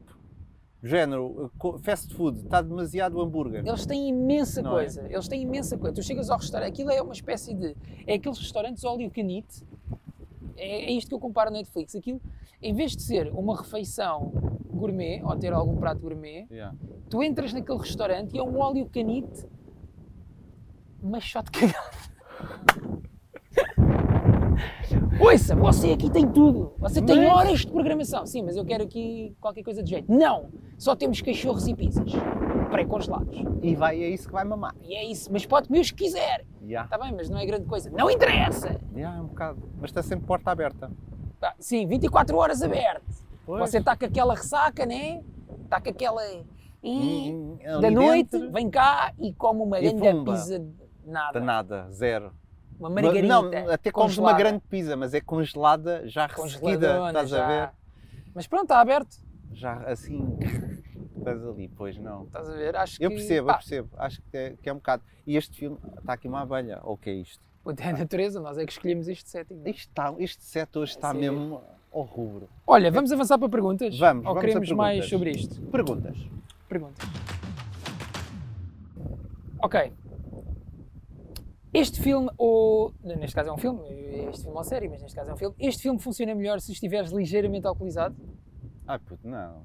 Speaker 1: Género, eh, co- fast food, está demasiado hambúrguer.
Speaker 2: Eles têm imensa
Speaker 1: Não é?
Speaker 2: coisa, eles têm imensa coisa. Tu chegas ao restaurante, aquilo é uma espécie de. É aqueles restaurantes all you can eat. É, é isto que eu comparo ao Netflix. Aquilo, em vez de ser uma refeição gourmet, ou ter algum prato gourmet,
Speaker 1: Yeah.
Speaker 2: tu entras naquele restaurante e é um all you can eat, mas só de cagada. Ouça, você aqui tem tudo. Você tem
Speaker 1: Mas-
Speaker 2: horas de programação. Sim, mas eu quero aqui qualquer coisa de jeito. Não! Só temos cachorros e pizzas pré-congelados.
Speaker 1: E vai, é isso que vai mamar.
Speaker 2: E é isso, mas pode comer os que quiser.
Speaker 1: Yeah.
Speaker 2: Está bem, mas não é grande coisa. Não interessa!
Speaker 1: Yeah, é um bocado. Mas está sempre porta aberta. tá
Speaker 2: Tá, sim, 24 horas aberto.
Speaker 1: Pois.
Speaker 2: Você está com aquela ressaca, né? Está com aquela. Ih,
Speaker 1: Hum, ali
Speaker 2: da noite,
Speaker 1: dentro,
Speaker 2: vem cá e come uma
Speaker 1: E
Speaker 2: grande
Speaker 1: pumba.
Speaker 2: pizza de nada.
Speaker 1: de nada, zero.
Speaker 2: Uma margarita.
Speaker 1: Não, até comes uma
Speaker 2: congelada,
Speaker 1: grande pizza, mas é congelada, já ressequida,
Speaker 2: congeladona,
Speaker 1: estás
Speaker 2: já.
Speaker 1: a ver?
Speaker 2: Mas pronto, está aberto.
Speaker 1: Já assim, estás ali, pois não.
Speaker 2: Estás a ver? Acho
Speaker 1: Eu
Speaker 2: que.
Speaker 1: percebo, eu
Speaker 2: pá,
Speaker 1: percebo. Acho que é, que é um bocado. E este filme, está aqui uma abelha, ou o que é isto?
Speaker 2: puta, É a natureza, nós é que escolhemos este setting.
Speaker 1: Isto está, este set hoje está
Speaker 2: Sim.
Speaker 1: mesmo ao rubro.
Speaker 2: Olha, vamos avançar para perguntas?
Speaker 1: é Vamos,
Speaker 2: Ou
Speaker 1: vamos a
Speaker 2: queremos
Speaker 1: perguntas.
Speaker 2: mais sobre isto?
Speaker 1: Perguntas.
Speaker 2: Perguntas. Ok. Este filme, ou. Neste caso é um filme, este filme é uma série, mas neste caso é um filme. Este filme funciona melhor se estiveres ligeiramente alcoolizado.
Speaker 1: Ai puto, não.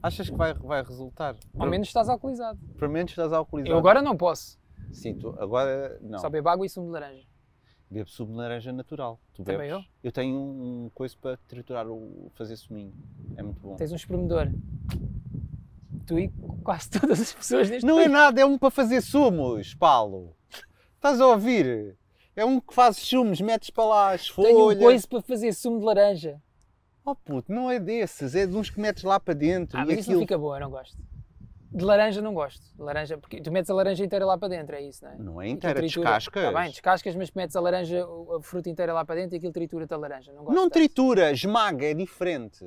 Speaker 1: Achas que vai, vai resultar?
Speaker 2: Ao
Speaker 1: Pelo-
Speaker 2: menos estás alcoolizado.
Speaker 1: Pelo menos estás alcoolizado.
Speaker 2: Eu agora não posso.
Speaker 1: Sim, tu agora não.
Speaker 2: Só bebo água e sumo de laranja.
Speaker 1: Bebo sumo de laranja natural. Tu bebes.
Speaker 2: Também
Speaker 1: Eu tenho um, um coisa para triturar o fazer suminho. É muito bom.
Speaker 2: Tens um espremedor. Tu e quase todas as pessoas neste
Speaker 1: Não é
Speaker 2: país.
Speaker 1: nada, é um para fazer sumos, Paulo. Estás a ouvir? É um que faz sumos, metes para lá as folhas.
Speaker 2: Tenho um coiso para fazer sumo de laranja.
Speaker 1: Oh puto, não é desses, é de uns que metes lá para dentro
Speaker 2: Ah,
Speaker 1: e
Speaker 2: mas isso
Speaker 1: aquilo.
Speaker 2: não fica bom, eu não gosto. De laranja não gosto. De laranja, porque tu metes a laranja inteira lá para dentro, é isso, não é?
Speaker 1: Não é
Speaker 2: Aquilo
Speaker 1: inteira,
Speaker 2: tritura.
Speaker 1: descascas.
Speaker 2: Tá bem, descascas, mas metes a laranja, o- a fruta inteira lá para dentro e aquilo tritura-te a laranja. Não gosto.
Speaker 1: não
Speaker 2: tanto.
Speaker 1: tritura, esmaga, é diferente.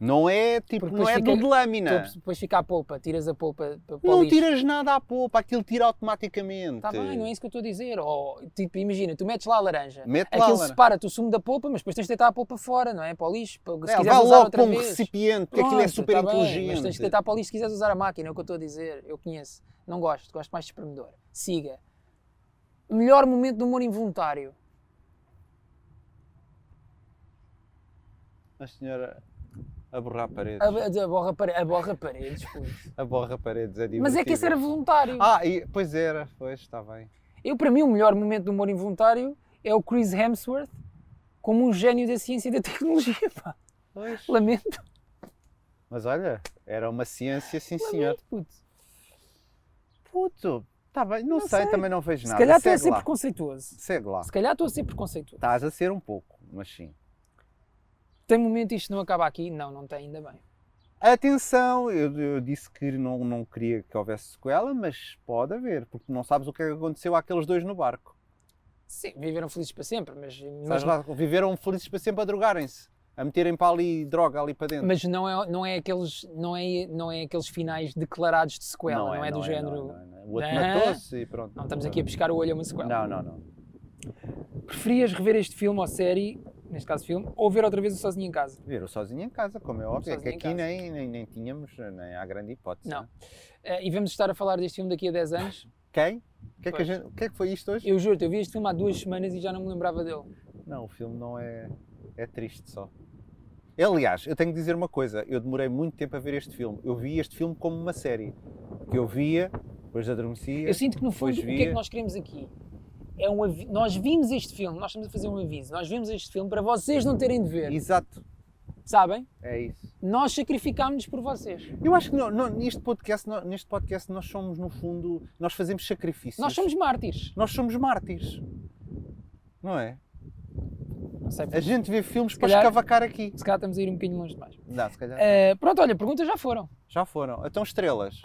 Speaker 1: Não é tipo,
Speaker 2: Porque
Speaker 1: não é
Speaker 2: fica-
Speaker 1: tudo de lâmina.
Speaker 2: Tu Depois fica a polpa, tiras a polpa para, para o
Speaker 1: Não
Speaker 2: lixo.
Speaker 1: tiras nada à polpa, aquilo tira automaticamente.
Speaker 2: Está bem, não é isso que eu estou a dizer. Ou, tipo, imagina, tu metes lá a laranja.
Speaker 1: Mete lá a
Speaker 2: aquilo
Speaker 1: laranja.
Speaker 2: separa-te o sumo da polpa, mas depois tens de deitar a polpa fora, não é? Para o lixo. Para, se
Speaker 1: É,
Speaker 2: quiseres
Speaker 1: vai
Speaker 2: usar
Speaker 1: logo
Speaker 2: outra
Speaker 1: para um
Speaker 2: vez.
Speaker 1: recipiente, porque aquilo é
Speaker 2: Pronto,
Speaker 1: super
Speaker 2: tá bem,
Speaker 1: inteligente.
Speaker 2: mas tens de deitar para o lixo se quiseres usar a máquina, é o que eu estou a dizer. Eu conheço. Não gosto, gosto mais de espremedor. Siga. Melhor momento do humor involuntário.
Speaker 1: A senhora a borrar paredes.
Speaker 2: A, a, a borra pare- a borra paredes, puto.
Speaker 1: A borra paredes é divertido.
Speaker 2: Mas é que isso era voluntário.
Speaker 1: Ah, e- pois era, pois, está bem.
Speaker 2: Eu, para mim, o melhor momento do humor involuntário é o Chris Hemsworth como um gênio da ciência e da tecnologia. Pá.
Speaker 1: Pois.
Speaker 2: Lamento,
Speaker 1: Mas olha, era uma ciência, sim senhor.
Speaker 2: lamento, puto.
Speaker 1: Puto, está bem, não,
Speaker 2: Não
Speaker 1: sei,
Speaker 2: sei.
Speaker 1: também não vejo
Speaker 2: Se
Speaker 1: nada.
Speaker 2: calhar estou a
Speaker 1: Segue
Speaker 2: ser
Speaker 1: lá.
Speaker 2: preconceituoso.
Speaker 1: Segue lá.
Speaker 2: Se calhar estou a ser preconceituoso.
Speaker 1: Estás a ser um pouco, mas sim.
Speaker 2: Tem momento isto não acaba aqui? Não, não tem, ainda bem.
Speaker 1: Atenção, eu, eu disse que não, não queria que houvesse sequela, mas pode haver, porque não sabes o que é que aconteceu àqueles dois no barco.
Speaker 2: Sim, viveram felizes para sempre, mas,
Speaker 1: Sabes
Speaker 2: mas,
Speaker 1: lá, viveram felizes para sempre a drogarem-se, a meterem para ali droga ali para dentro.
Speaker 2: mas não, é, não, é aqueles, não, é, não é aqueles finais declarados de sequela, não, é do género. Não,
Speaker 1: não é, não é. O outro
Speaker 2: Não.
Speaker 1: matou-se e pronto. é.
Speaker 2: estamos aqui a pescar o olho a uma sequela.
Speaker 1: Não, não, não.
Speaker 2: Preferias rever este filme ou série, neste caso filme, ou ver outra vez o Sozinho em Casa?
Speaker 1: Viram sozinho em casa, como é óbvio, é que
Speaker 2: Sozinho em
Speaker 1: aqui
Speaker 2: casa.
Speaker 1: nem, nem, nem tínhamos, nem há grande hipótese.
Speaker 2: Não.
Speaker 1: né?
Speaker 2: Eh, e vamos estar a falar deste filme daqui a 10 anos.
Speaker 1: Quem? O que, é que a
Speaker 2: Pois.
Speaker 1: gente- o que é que foi isto hoje?
Speaker 2: Eu juro, eu vi este filme há duas semanas e já não me lembrava dele.
Speaker 1: Não, o filme não é. É triste só. Aliás, eu tenho que dizer uma coisa: eu demorei muito tempo a ver este filme. Eu vi este filme como uma série. Que eu via, depois adormecia.
Speaker 2: Eu sinto que no fundo
Speaker 1: Pois
Speaker 2: o que é
Speaker 1: via.
Speaker 2: que nós queremos aqui é um avi- nós vimos este filme, nós estamos a fazer um aviso, nós vimos este filme para vocês não terem de ver.
Speaker 1: Exato.
Speaker 2: Sabem?
Speaker 1: É isso.
Speaker 2: Nós sacrificámos-nos por vocês.
Speaker 1: Eu acho que no, no, neste, podcast, no- neste podcast nós somos, no fundo, nós fazemos sacrifícios.
Speaker 2: Nós somos mártires.
Speaker 1: Nós somos mártires. Não é?
Speaker 2: Não sei,
Speaker 1: A gente vê filmes para
Speaker 2: calhar-
Speaker 1: escavacar aqui.
Speaker 2: se calhar estamos a ir um bocadinho longe demais.
Speaker 1: Dá, se calhar.
Speaker 2: Eh, pronto, olha, perguntas já foram.
Speaker 1: Já foram. Então, estrelas.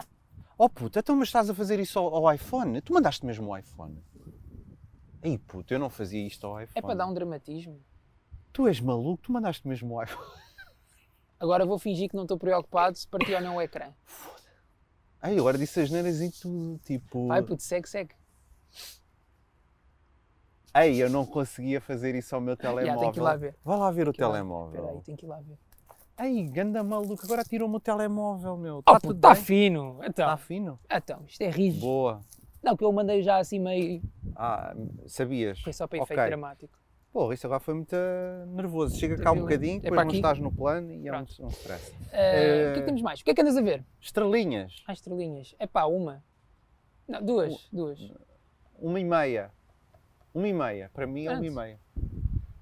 Speaker 1: Oh puta, então mas estás a fazer isso ao, ao iPhone? Tu mandaste mesmo o iPhone? Ei puta, eu não fazia isto ao iPhone.
Speaker 2: É para dar um dramatismo.
Speaker 1: Tu és maluco, tu mandaste mesmo o iPhone.
Speaker 2: Agora vou fingir que não estou preocupado se partiu ou não o ecrã.
Speaker 1: Ai, agora disse as neiras e tudo, tipo...
Speaker 2: Vai, puto, segue, segue.
Speaker 1: Ei, eu não conseguia fazer isso ao meu telemóvel.
Speaker 2: tenho que ir lá ver.
Speaker 1: Vai lá ver o
Speaker 2: que ir lá-
Speaker 1: telemóvel.
Speaker 2: Espera aí, tenho que ir lá ver.
Speaker 1: Ei, ganda maluco, agora tirou-me o telemóvel, meu.
Speaker 2: Oh,
Speaker 1: Está
Speaker 2: puto,
Speaker 1: tudo
Speaker 2: está
Speaker 1: bem?
Speaker 2: fino. Então,
Speaker 1: Está Ah, tá fino? Tá
Speaker 2: então, isto é rígido.
Speaker 1: Boa.
Speaker 2: Não, que eu mandei já assim meio.
Speaker 1: Ah, sabias?
Speaker 2: Foi é só para efeito
Speaker 1: Ok.
Speaker 2: dramático.
Speaker 1: Pô, isso agora foi muito ah, nervoso. Chega
Speaker 2: Tá
Speaker 1: cá um
Speaker 2: violento.
Speaker 1: bocadinho,
Speaker 2: É
Speaker 1: depois
Speaker 2: para
Speaker 1: não
Speaker 2: aqui?
Speaker 1: estás no plano e é um,
Speaker 2: Pronto.
Speaker 1: um stress.
Speaker 2: Eh,
Speaker 1: Eh,
Speaker 2: O que é que temos mais? O que é que andas a ver?
Speaker 1: Estrelinhas,
Speaker 2: Ah, estrelinhas. É pá, uma. Não, duas. Duas.
Speaker 1: uma e meia. Uma e meia, para mim é uma e
Speaker 2: Antes.
Speaker 1: meia.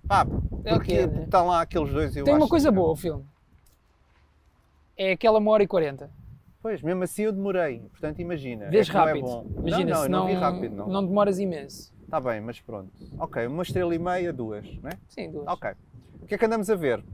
Speaker 1: Ah,
Speaker 2: É o
Speaker 1: porque
Speaker 2: que é, né?
Speaker 1: estão lá aqueles dois eu
Speaker 2: Tem
Speaker 1: acho
Speaker 2: uma coisa
Speaker 1: que-
Speaker 2: boa o filme. É aquela uma hora e quarenta.
Speaker 1: Pois, mesmo assim eu demorei, portanto imagina.
Speaker 2: Vês
Speaker 1: é que
Speaker 2: rápido.
Speaker 1: Não é bom.
Speaker 2: Imagina,
Speaker 1: não, não,
Speaker 2: se
Speaker 1: eu não vi rápido não.
Speaker 2: não demoras imenso.
Speaker 1: Está bem, mas pronto. Ok, uma estrela e meia, duas, né?
Speaker 2: Sim, duas.
Speaker 1: Ok. O que é que andamos a ver?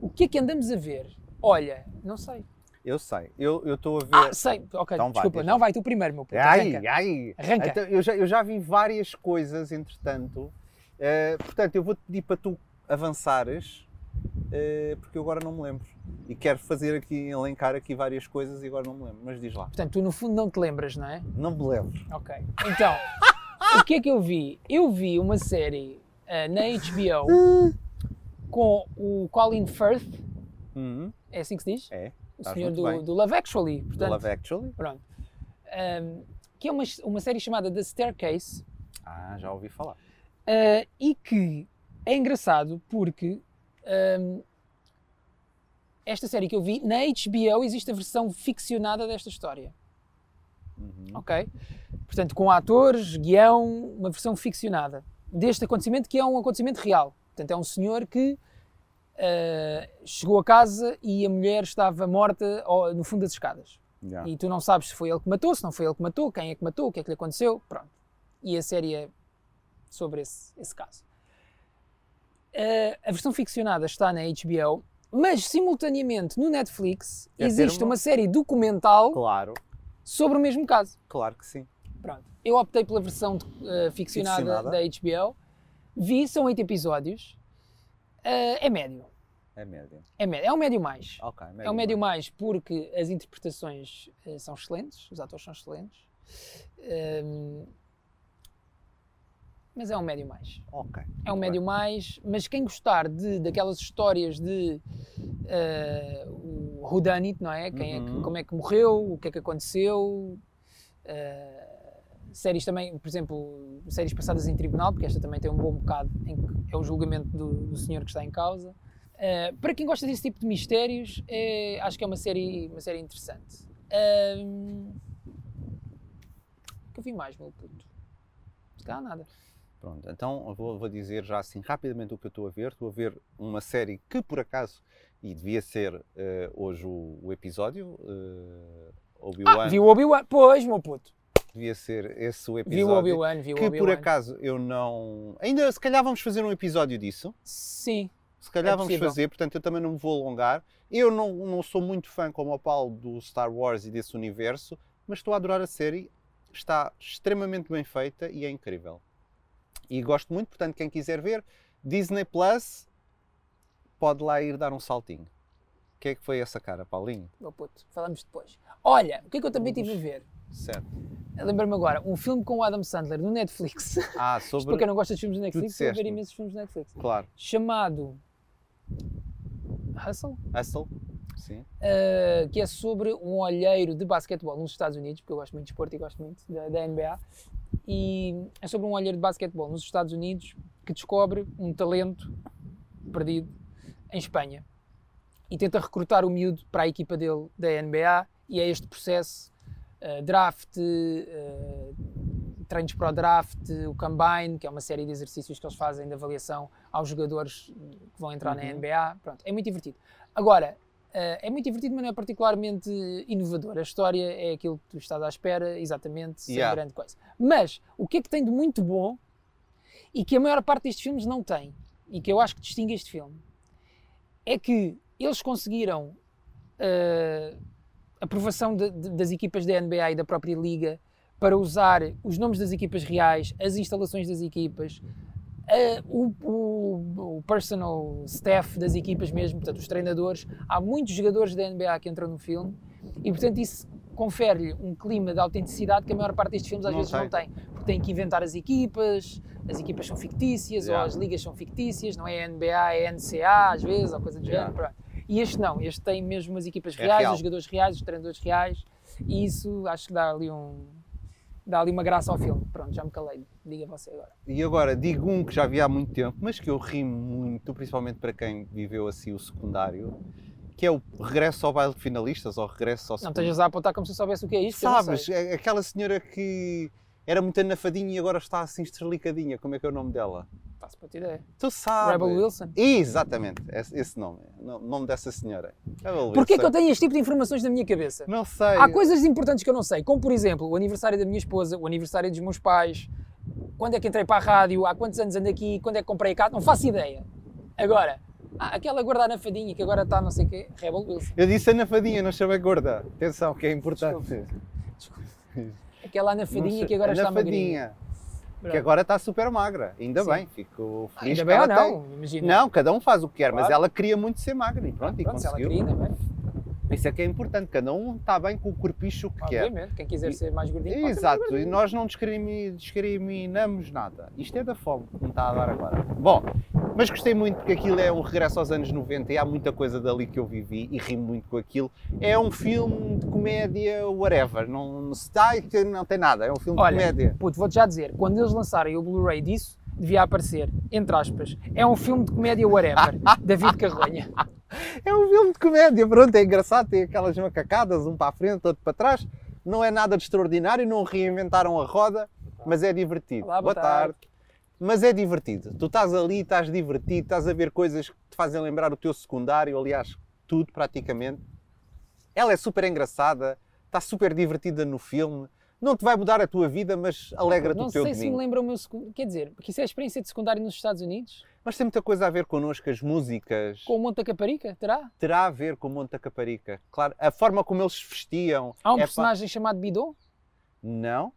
Speaker 2: O que é que andamos a ver? Olha, não sei.
Speaker 1: Eu sei, eu eu estou a ver...
Speaker 2: Ah, sei. Ok,
Speaker 1: Então vai,
Speaker 2: desculpa.
Speaker 1: diz
Speaker 2: não, vai, tu primeiro, meu puto.
Speaker 1: ai,
Speaker 2: Então Arranca.
Speaker 1: ai!
Speaker 2: Arranca.
Speaker 1: Então, eu, já, eu já vi várias coisas, entretanto. Eh, portanto, eu vou-te pedir para tu avançares, eh, porque eu agora não me lembro. E quero fazer aqui, elencar aqui várias coisas e agora não me lembro. Mas diz lá.
Speaker 2: Portanto, tu no fundo não te lembras, não é?
Speaker 1: Não me lembro.
Speaker 2: Ok. Então, o que é que eu vi? Eu vi uma série ah, na HBO com o Colin Firth,
Speaker 1: Uhum.
Speaker 2: é assim que se diz?
Speaker 1: É.
Speaker 2: O
Speaker 1: estás
Speaker 2: senhor
Speaker 1: muito
Speaker 2: do,
Speaker 1: bem.
Speaker 2: do Love Actually.
Speaker 1: Do
Speaker 2: Portanto,
Speaker 1: Love Actually.
Speaker 2: Pronto. Ahm, que é uma, uma série chamada The Staircase
Speaker 1: Ah, já ouvi falar.
Speaker 2: ah, e que é engraçado porque ahm, esta série que eu vi, na HBO existe a versão ficcionada desta história.
Speaker 1: Uhum.
Speaker 2: Ok? Portanto, com atores, guião, uma versão ficcionada deste acontecimento que é um acontecimento real. Portanto, é um senhor que ah, chegou a casa e a mulher estava morta ao- no fundo das escadas.
Speaker 1: Já.
Speaker 2: E tu não sabes se foi ele que matou, se não foi ele que matou, quem é que matou, o que é que lhe aconteceu. Pronto. E a série é sobre esse, esse caso. Eh, a versão ficcionada está na HBO, mas simultaneamente no Netflix
Speaker 1: Quer dizer,
Speaker 2: existe
Speaker 1: uma-
Speaker 2: uma série documental
Speaker 1: Claro,
Speaker 2: sobre o mesmo caso.
Speaker 1: claro que sim.
Speaker 2: Pronto. Eu optei pela versão eh, ficcionada,
Speaker 1: Ficcionada.
Speaker 2: da HBO. Vi, são oito episódios. Eh, é médio.
Speaker 1: É médio.
Speaker 2: É médio. É um médio mais.
Speaker 1: Ok, médio.
Speaker 2: É um médio mais porque as interpretações eh, são excelentes, os atores são excelentes. Ehm, mas é um médio mais.
Speaker 1: Ok.
Speaker 2: É um
Speaker 1: muito
Speaker 2: médio mais, mas quem gostar de, daquelas histórias de eh, o Rudanit, não é? Quem é que,
Speaker 1: Uhum.
Speaker 2: como é que morreu, o que é que aconteceu. eh, séries também, por exemplo, séries passadas em tribunal, porque esta também tem um bom bocado em que é o julgamento do, do senhor que está em causa. Eh, para quem gosta desse tipo de mistérios, é- acho que é uma série, uma série interessante. Ahm, o que eu vi mais, meu puto? Se calhar nada.
Speaker 1: Pronto, então eu vou, vou dizer já assim rapidamente o que eu estou a ver. Estou a ver uma série que por acaso, e devia ser eh, hoje o, o episódio, eh, Obi-Wan,
Speaker 2: Ah, vi o Obi-Wan. Pois, meu puto.
Speaker 1: devia ser esse o
Speaker 2: Vi o
Speaker 1: episódio.
Speaker 2: Obi-Wan, vi o
Speaker 1: que
Speaker 2: Obi-Wan.
Speaker 1: por acaso eu não. Ainda se calhar vamos fazer um episódio disso.
Speaker 2: Sim.
Speaker 1: Se calhar
Speaker 2: É
Speaker 1: vamos
Speaker 2: possível.
Speaker 1: fazer, portanto eu também não me vou alongar. Eu não, não sou muito fã como o Paulo do Star Wars e desse universo, mas estou a adorar a série. Está extremamente bem feita e é incrível. E gosto muito, portanto quem quiser ver, Disney Plus pode lá ir dar um saltinho. O que é que foi essa cara, Paulinho?
Speaker 2: Meu puto, falamos depois. Olha, o que é que eu também tive a ver?
Speaker 1: Certo.
Speaker 2: Lembra-me agora, um filme com o Adam Sandler no Netflix.
Speaker 1: Ah,
Speaker 2: Isto para quem
Speaker 1: sobre.
Speaker 2: não gosta de filmes do Netflix, eu vou ver
Speaker 1: disseste-me.
Speaker 2: imensos filmes do Netflix.
Speaker 1: Claro.
Speaker 2: Chamado Hustle,
Speaker 1: Hustle? Sim.
Speaker 2: eh, que é sobre um olheiro de basquetebol nos Estados Unidos, porque eu gosto muito de esporte e gosto muito da, da NBA. E é sobre um olheiro de basquetebol nos Estados Unidos que descobre um talento perdido em Espanha e tenta recrutar o miúdo para a equipa dele da NBA e é este processo eh, draft, eh, treinos para o draft, o combine, que é uma série de exercícios que eles fazem de avaliação aos jogadores que vão entrar na
Speaker 1: Uhum.
Speaker 2: NBA. Pronto, é muito divertido. Agora, eh, é muito divertido, mas não é particularmente inovador. A história é aquilo que tu estás à espera, exatamente, sem
Speaker 1: Yeah.
Speaker 2: grande coisa. Mas o que é que tem de muito bom e que a maior parte destes filmes não tem, e que eu acho que distingue este filme, é que eles conseguiram eh, aprovação de- de- das equipas da NBA e da própria Liga para usar os nomes das equipas reais, as instalações das equipas, eh, o, o- o personal staff das equipas mesmo, portanto, os treinadores. Há muitos jogadores da NBA que entram no filme e, portanto, isso confere-lhe um clima de autenticidade que a maior parte destes filmes às
Speaker 1: Não
Speaker 2: vezes não tem, porque têm que inventar as equipas, as equipas são fictícias ou
Speaker 1: Yeah.
Speaker 2: as ligas são fictícias, não é NBA, é NCA às vezes, ou coisa do
Speaker 1: Yeah.
Speaker 2: género. pronto. E este não, este tem mesmo as equipas
Speaker 1: É
Speaker 2: reais,
Speaker 1: real.
Speaker 2: os jogadores reais, os treinadores reais, e isso acho que dá ali um dá ali uma graça ao filme. Pronto, já me calei, diga você agora.
Speaker 1: E agora, digo um que já vi há muito tempo, mas que eu ri muito, principalmente para quem viveu assim o secundário, que é o regresso ao baile de finalistas, ou regresso ao
Speaker 2: Não
Speaker 1: secundário.
Speaker 2: estejas a apontar como se eu soubesse o que é isto. que eu não
Speaker 1: Sabes,
Speaker 2: sei.
Speaker 1: é- aquela senhora que era muito anafadinha e agora está assim esterlicadinha, como é que é o nome dela?
Speaker 2: Faço para ideia.
Speaker 1: Tu sabes.
Speaker 2: Rebel Wilson.
Speaker 1: Exatamente, esse, esse nome, o nome dessa senhora. Rebel
Speaker 2: Porquê
Speaker 1: Wilson.
Speaker 2: que eu tenho este tipo de informações na minha cabeça?
Speaker 1: Não sei.
Speaker 2: Há coisas importantes que eu não sei, como por exemplo o aniversário da minha esposa, o aniversário dos meus pais, quando é que entrei para a rádio, há quantos anos ando aqui, quando é que comprei a casa, não faço ideia. Agora, ah, aquela guardar na fadinha que agora está não sei o quê, Rebel Wilson.
Speaker 1: Eu disse anafadinha, não chamei gorda. Atenção, que é importante.
Speaker 2: Aquela
Speaker 1: Não
Speaker 2: anafadinha
Speaker 1: sei-
Speaker 2: que é agora está magrinha.
Speaker 1: anafadinha, que
Speaker 2: Pronto.
Speaker 1: agora está super magra. Ainda
Speaker 2: Sim.
Speaker 1: bem, fico
Speaker 2: Ah,
Speaker 1: feliz
Speaker 2: Ainda
Speaker 1: que
Speaker 2: bem ou
Speaker 1: ela
Speaker 2: não, imagina.
Speaker 1: tem- Não, cada um faz o que quer, mas
Speaker 2: Claro.
Speaker 1: ela queria muito ser magra e pronto, e
Speaker 2: Pronto, se ela
Speaker 1: conseguiu.
Speaker 2: queria, ainda bem.
Speaker 1: Isso é que é importante, cada um está bem com o corpicho que quer.
Speaker 2: é? Obviamente, quem quiser
Speaker 1: E-
Speaker 2: ser mais gordinho pode ser mais
Speaker 1: Exato, e nós não discrimi- discriminamos nada. Isto é da fome que me está a dar agora. Bom, mas gostei muito porque aquilo é um regresso aos anos 90 e há muita coisa dali que eu vivi e ri muito com aquilo. É um filme de comédia, whatever. Não, não se dá e que não tem nada. É um filme
Speaker 2: Olha,
Speaker 1: de comédia.
Speaker 2: Puto, vou-te já dizer, quando eles lançarem o Blu-ray disso, devia aparecer, entre aspas, é um filme de comédia whatever, David Carronha.
Speaker 1: É um filme de comédia, pronto, é engraçado, tem aquelas macacadas, um para a frente, outro para trás. Não é nada de extraordinário, não reinventaram a roda, mas é divertido.
Speaker 2: Olá, boa tarde.
Speaker 1: Mas é divertido. Tu estás ali, estás divertido, estás a ver coisas que te fazem lembrar o teu secundário, aliás, tudo praticamente. Ela é super engraçada, está super divertida no filme. Não te vai mudar a tua vida, mas alegra-te
Speaker 2: Não
Speaker 1: o teu
Speaker 2: sei se me
Speaker 1: domingo.
Speaker 2: lembra o meu segundo. Quer dizer, porque isso é a experiência de secundário nos Estados Unidos,
Speaker 1: Mas tem muita coisa a ver connosco, as músicas.
Speaker 2: com o Monte da Caparica, terá?
Speaker 1: terá a ver com o Monte da Caparica. Claro, a forma como eles se vestiam.
Speaker 2: Há um
Speaker 1: é pá-
Speaker 2: personagem chamado Bidon?
Speaker 1: Não,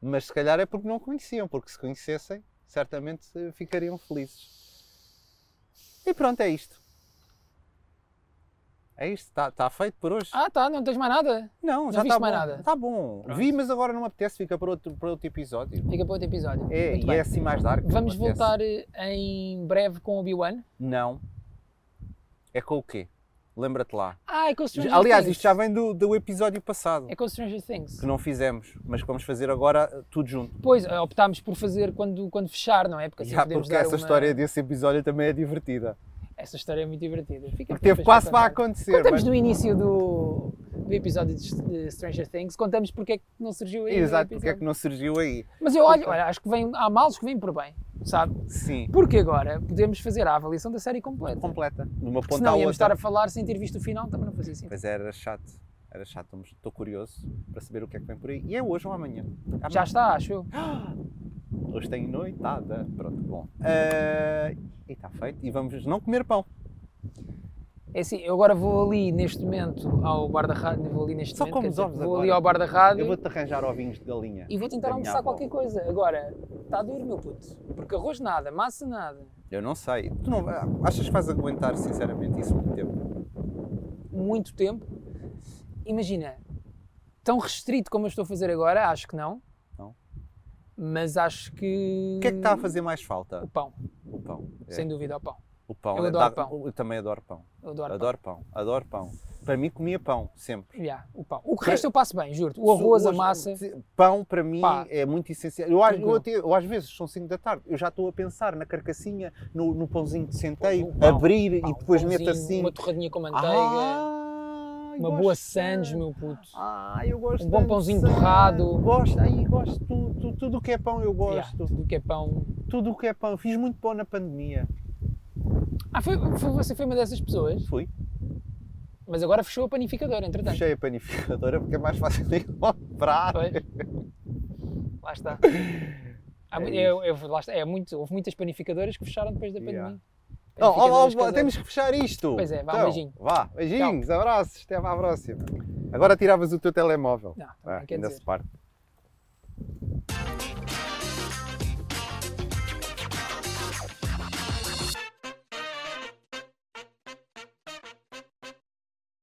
Speaker 1: mas se calhar é porque não conheciam, porque se conhecessem, certamente eh, ficariam felizes. E pronto, é isto. É isto, está feito por hoje.
Speaker 2: Ah, tá, não tens mais nada.
Speaker 1: não,
Speaker 2: não
Speaker 1: já
Speaker 2: viste
Speaker 1: está bom.
Speaker 2: mais nada?
Speaker 1: Está bom.
Speaker 2: Pronto.
Speaker 1: Vi, mas agora não me apetece, fica para outro, para outro episódio.
Speaker 2: Fica para outro episódio.
Speaker 1: É,
Speaker 2: Muito
Speaker 1: e
Speaker 2: bem.
Speaker 1: é assim mais dark. não
Speaker 2: Vamos
Speaker 1: me apetece.
Speaker 2: voltar eh, em breve com o Obi-Wan.
Speaker 1: Não. É com o quê? Lembra-te lá.
Speaker 2: Ah, é com o Stranger
Speaker 1: Aliás,
Speaker 2: Things.
Speaker 1: isto já vem do, do episódio passado.
Speaker 2: É com o Stranger Things.
Speaker 1: que não fizemos, mas que vamos fazer agora eh, tudo junto.
Speaker 2: Pois, eh, optámos por fazer quando, quando fechar, não é? Porque assim
Speaker 1: Já,
Speaker 2: podemos
Speaker 1: porque
Speaker 2: dar
Speaker 1: essa
Speaker 2: uma-
Speaker 1: história desse episódio também é divertida.
Speaker 2: Essa história é muito divertida. Fica
Speaker 1: Porque teve quase para
Speaker 2: para
Speaker 1: acontecer.
Speaker 2: Contamos
Speaker 1: mas-
Speaker 2: no início do, do episódio de, de Stranger Things, contamos porque é que não surgiu aí. o
Speaker 1: Exato, porque é
Speaker 2: episódio.
Speaker 1: que não surgiu aí.
Speaker 2: Mas eu olho,
Speaker 1: Então.
Speaker 2: olha, acho que vem, há males que vêm por bem, sabe?
Speaker 1: Sim,
Speaker 2: Porque agora podemos fazer a avaliação da série completa.
Speaker 1: completa. De uma
Speaker 2: Porque
Speaker 1: ponta à
Speaker 2: senão
Speaker 1: outra.
Speaker 2: íamos estar a falar sem ter visto o final, também não fazia sentido.
Speaker 1: Mas era chato. Era chato, mas estou curioso para saber o que é que vem por aí. E é hoje ou amanhã? Amanhã.
Speaker 2: Já está, acho eu.
Speaker 1: Hoje tem noitada. Pronto, bom. Eh, E está feito. E vamos não comer pão.
Speaker 2: É assim, eu agora vou ali neste momento ao bar da rádio, vou ali neste
Speaker 1: Só
Speaker 2: momento,
Speaker 1: como
Speaker 2: quer dizer,
Speaker 1: ovos
Speaker 2: vou
Speaker 1: agora.
Speaker 2: ali ao bar da rádio.
Speaker 1: Eu vou-te arranjar ovinhos de galinha.
Speaker 2: E vou tentar
Speaker 1: da minha
Speaker 2: almoçar
Speaker 1: avó.
Speaker 2: qualquer coisa. Agora, está duro, meu puto. Porque arroz nada, massa nada.
Speaker 1: Eu não sei. Tu não... ah, Achas que vais aguentar, sinceramente, isso muito tempo?
Speaker 2: Muito tempo. Imagina, tão restrito como eu estou a fazer agora, acho que não.
Speaker 1: Não.
Speaker 2: Mas acho que.
Speaker 1: O que é que está a fazer mais falta?
Speaker 2: O pão,
Speaker 1: O pão. é.
Speaker 2: sem dúvida, o pão.
Speaker 1: O pão.
Speaker 2: Eu
Speaker 1: é,
Speaker 2: adoro pão.
Speaker 1: Eu também adoro pão.
Speaker 2: Eu adoro,
Speaker 1: adoro pão. Adoro pão. Para mim, comia pão, sempre.
Speaker 2: pão. Yeah, o pão. O que resto eu passo bem, juro. O arroz, a
Speaker 1: Hoje,
Speaker 2: massa.
Speaker 1: se- Pão, para mim,
Speaker 2: Pá.
Speaker 1: é muito essencial. Eu, acho- eu,
Speaker 2: Tranquilo.
Speaker 1: até- eu às vezes, são 5 da tarde, eu já estou a pensar na carcassinha, no, no pãozinho de centeio,
Speaker 2: Pão,
Speaker 1: abrir
Speaker 2: pá,
Speaker 1: e
Speaker 2: um
Speaker 1: depois meto
Speaker 2: pãozinho,
Speaker 1: assim.
Speaker 2: Uma torradinha com manteiga.
Speaker 1: ah,
Speaker 2: uma boa Sandes, meu puto.
Speaker 1: Ah, eu gosto
Speaker 2: Um bom
Speaker 1: tanto de
Speaker 2: pãozinho
Speaker 1: sandes.
Speaker 2: torrado.
Speaker 1: Gosto, aí gosto, tu- tu- tudo o que é pão eu
Speaker 2: Yeah,
Speaker 1: gosto.
Speaker 2: tudo o que é pão.
Speaker 1: Tudo o que é pão, fiz muito pão na pandemia.
Speaker 2: Ah, foi, foi- você foi uma dessas pessoas,
Speaker 1: Fui,
Speaker 2: mas agora fechou a panificadora, entretanto.
Speaker 1: fechei a panificadora porque é mais fácil de comprar.
Speaker 2: Pois. Lá está. Há mu-
Speaker 1: É
Speaker 2: eu- eu- lá está. É muito, houve muitas panificadoras que fecharam depois da
Speaker 1: Yeah.
Speaker 2: pandemia.
Speaker 1: Não, ó, ó,
Speaker 2: Panificadoras caseiras.
Speaker 1: temos que fechar isto. Então,
Speaker 2: Pois é, vá, um beijinho.
Speaker 1: Vá, beijinhos, abraços, até à próxima. Agora tiravas o teu telemóvel.
Speaker 2: Não,
Speaker 1: Ah,
Speaker 2: não quer
Speaker 1: ainda
Speaker 2: dizer.
Speaker 1: se parte.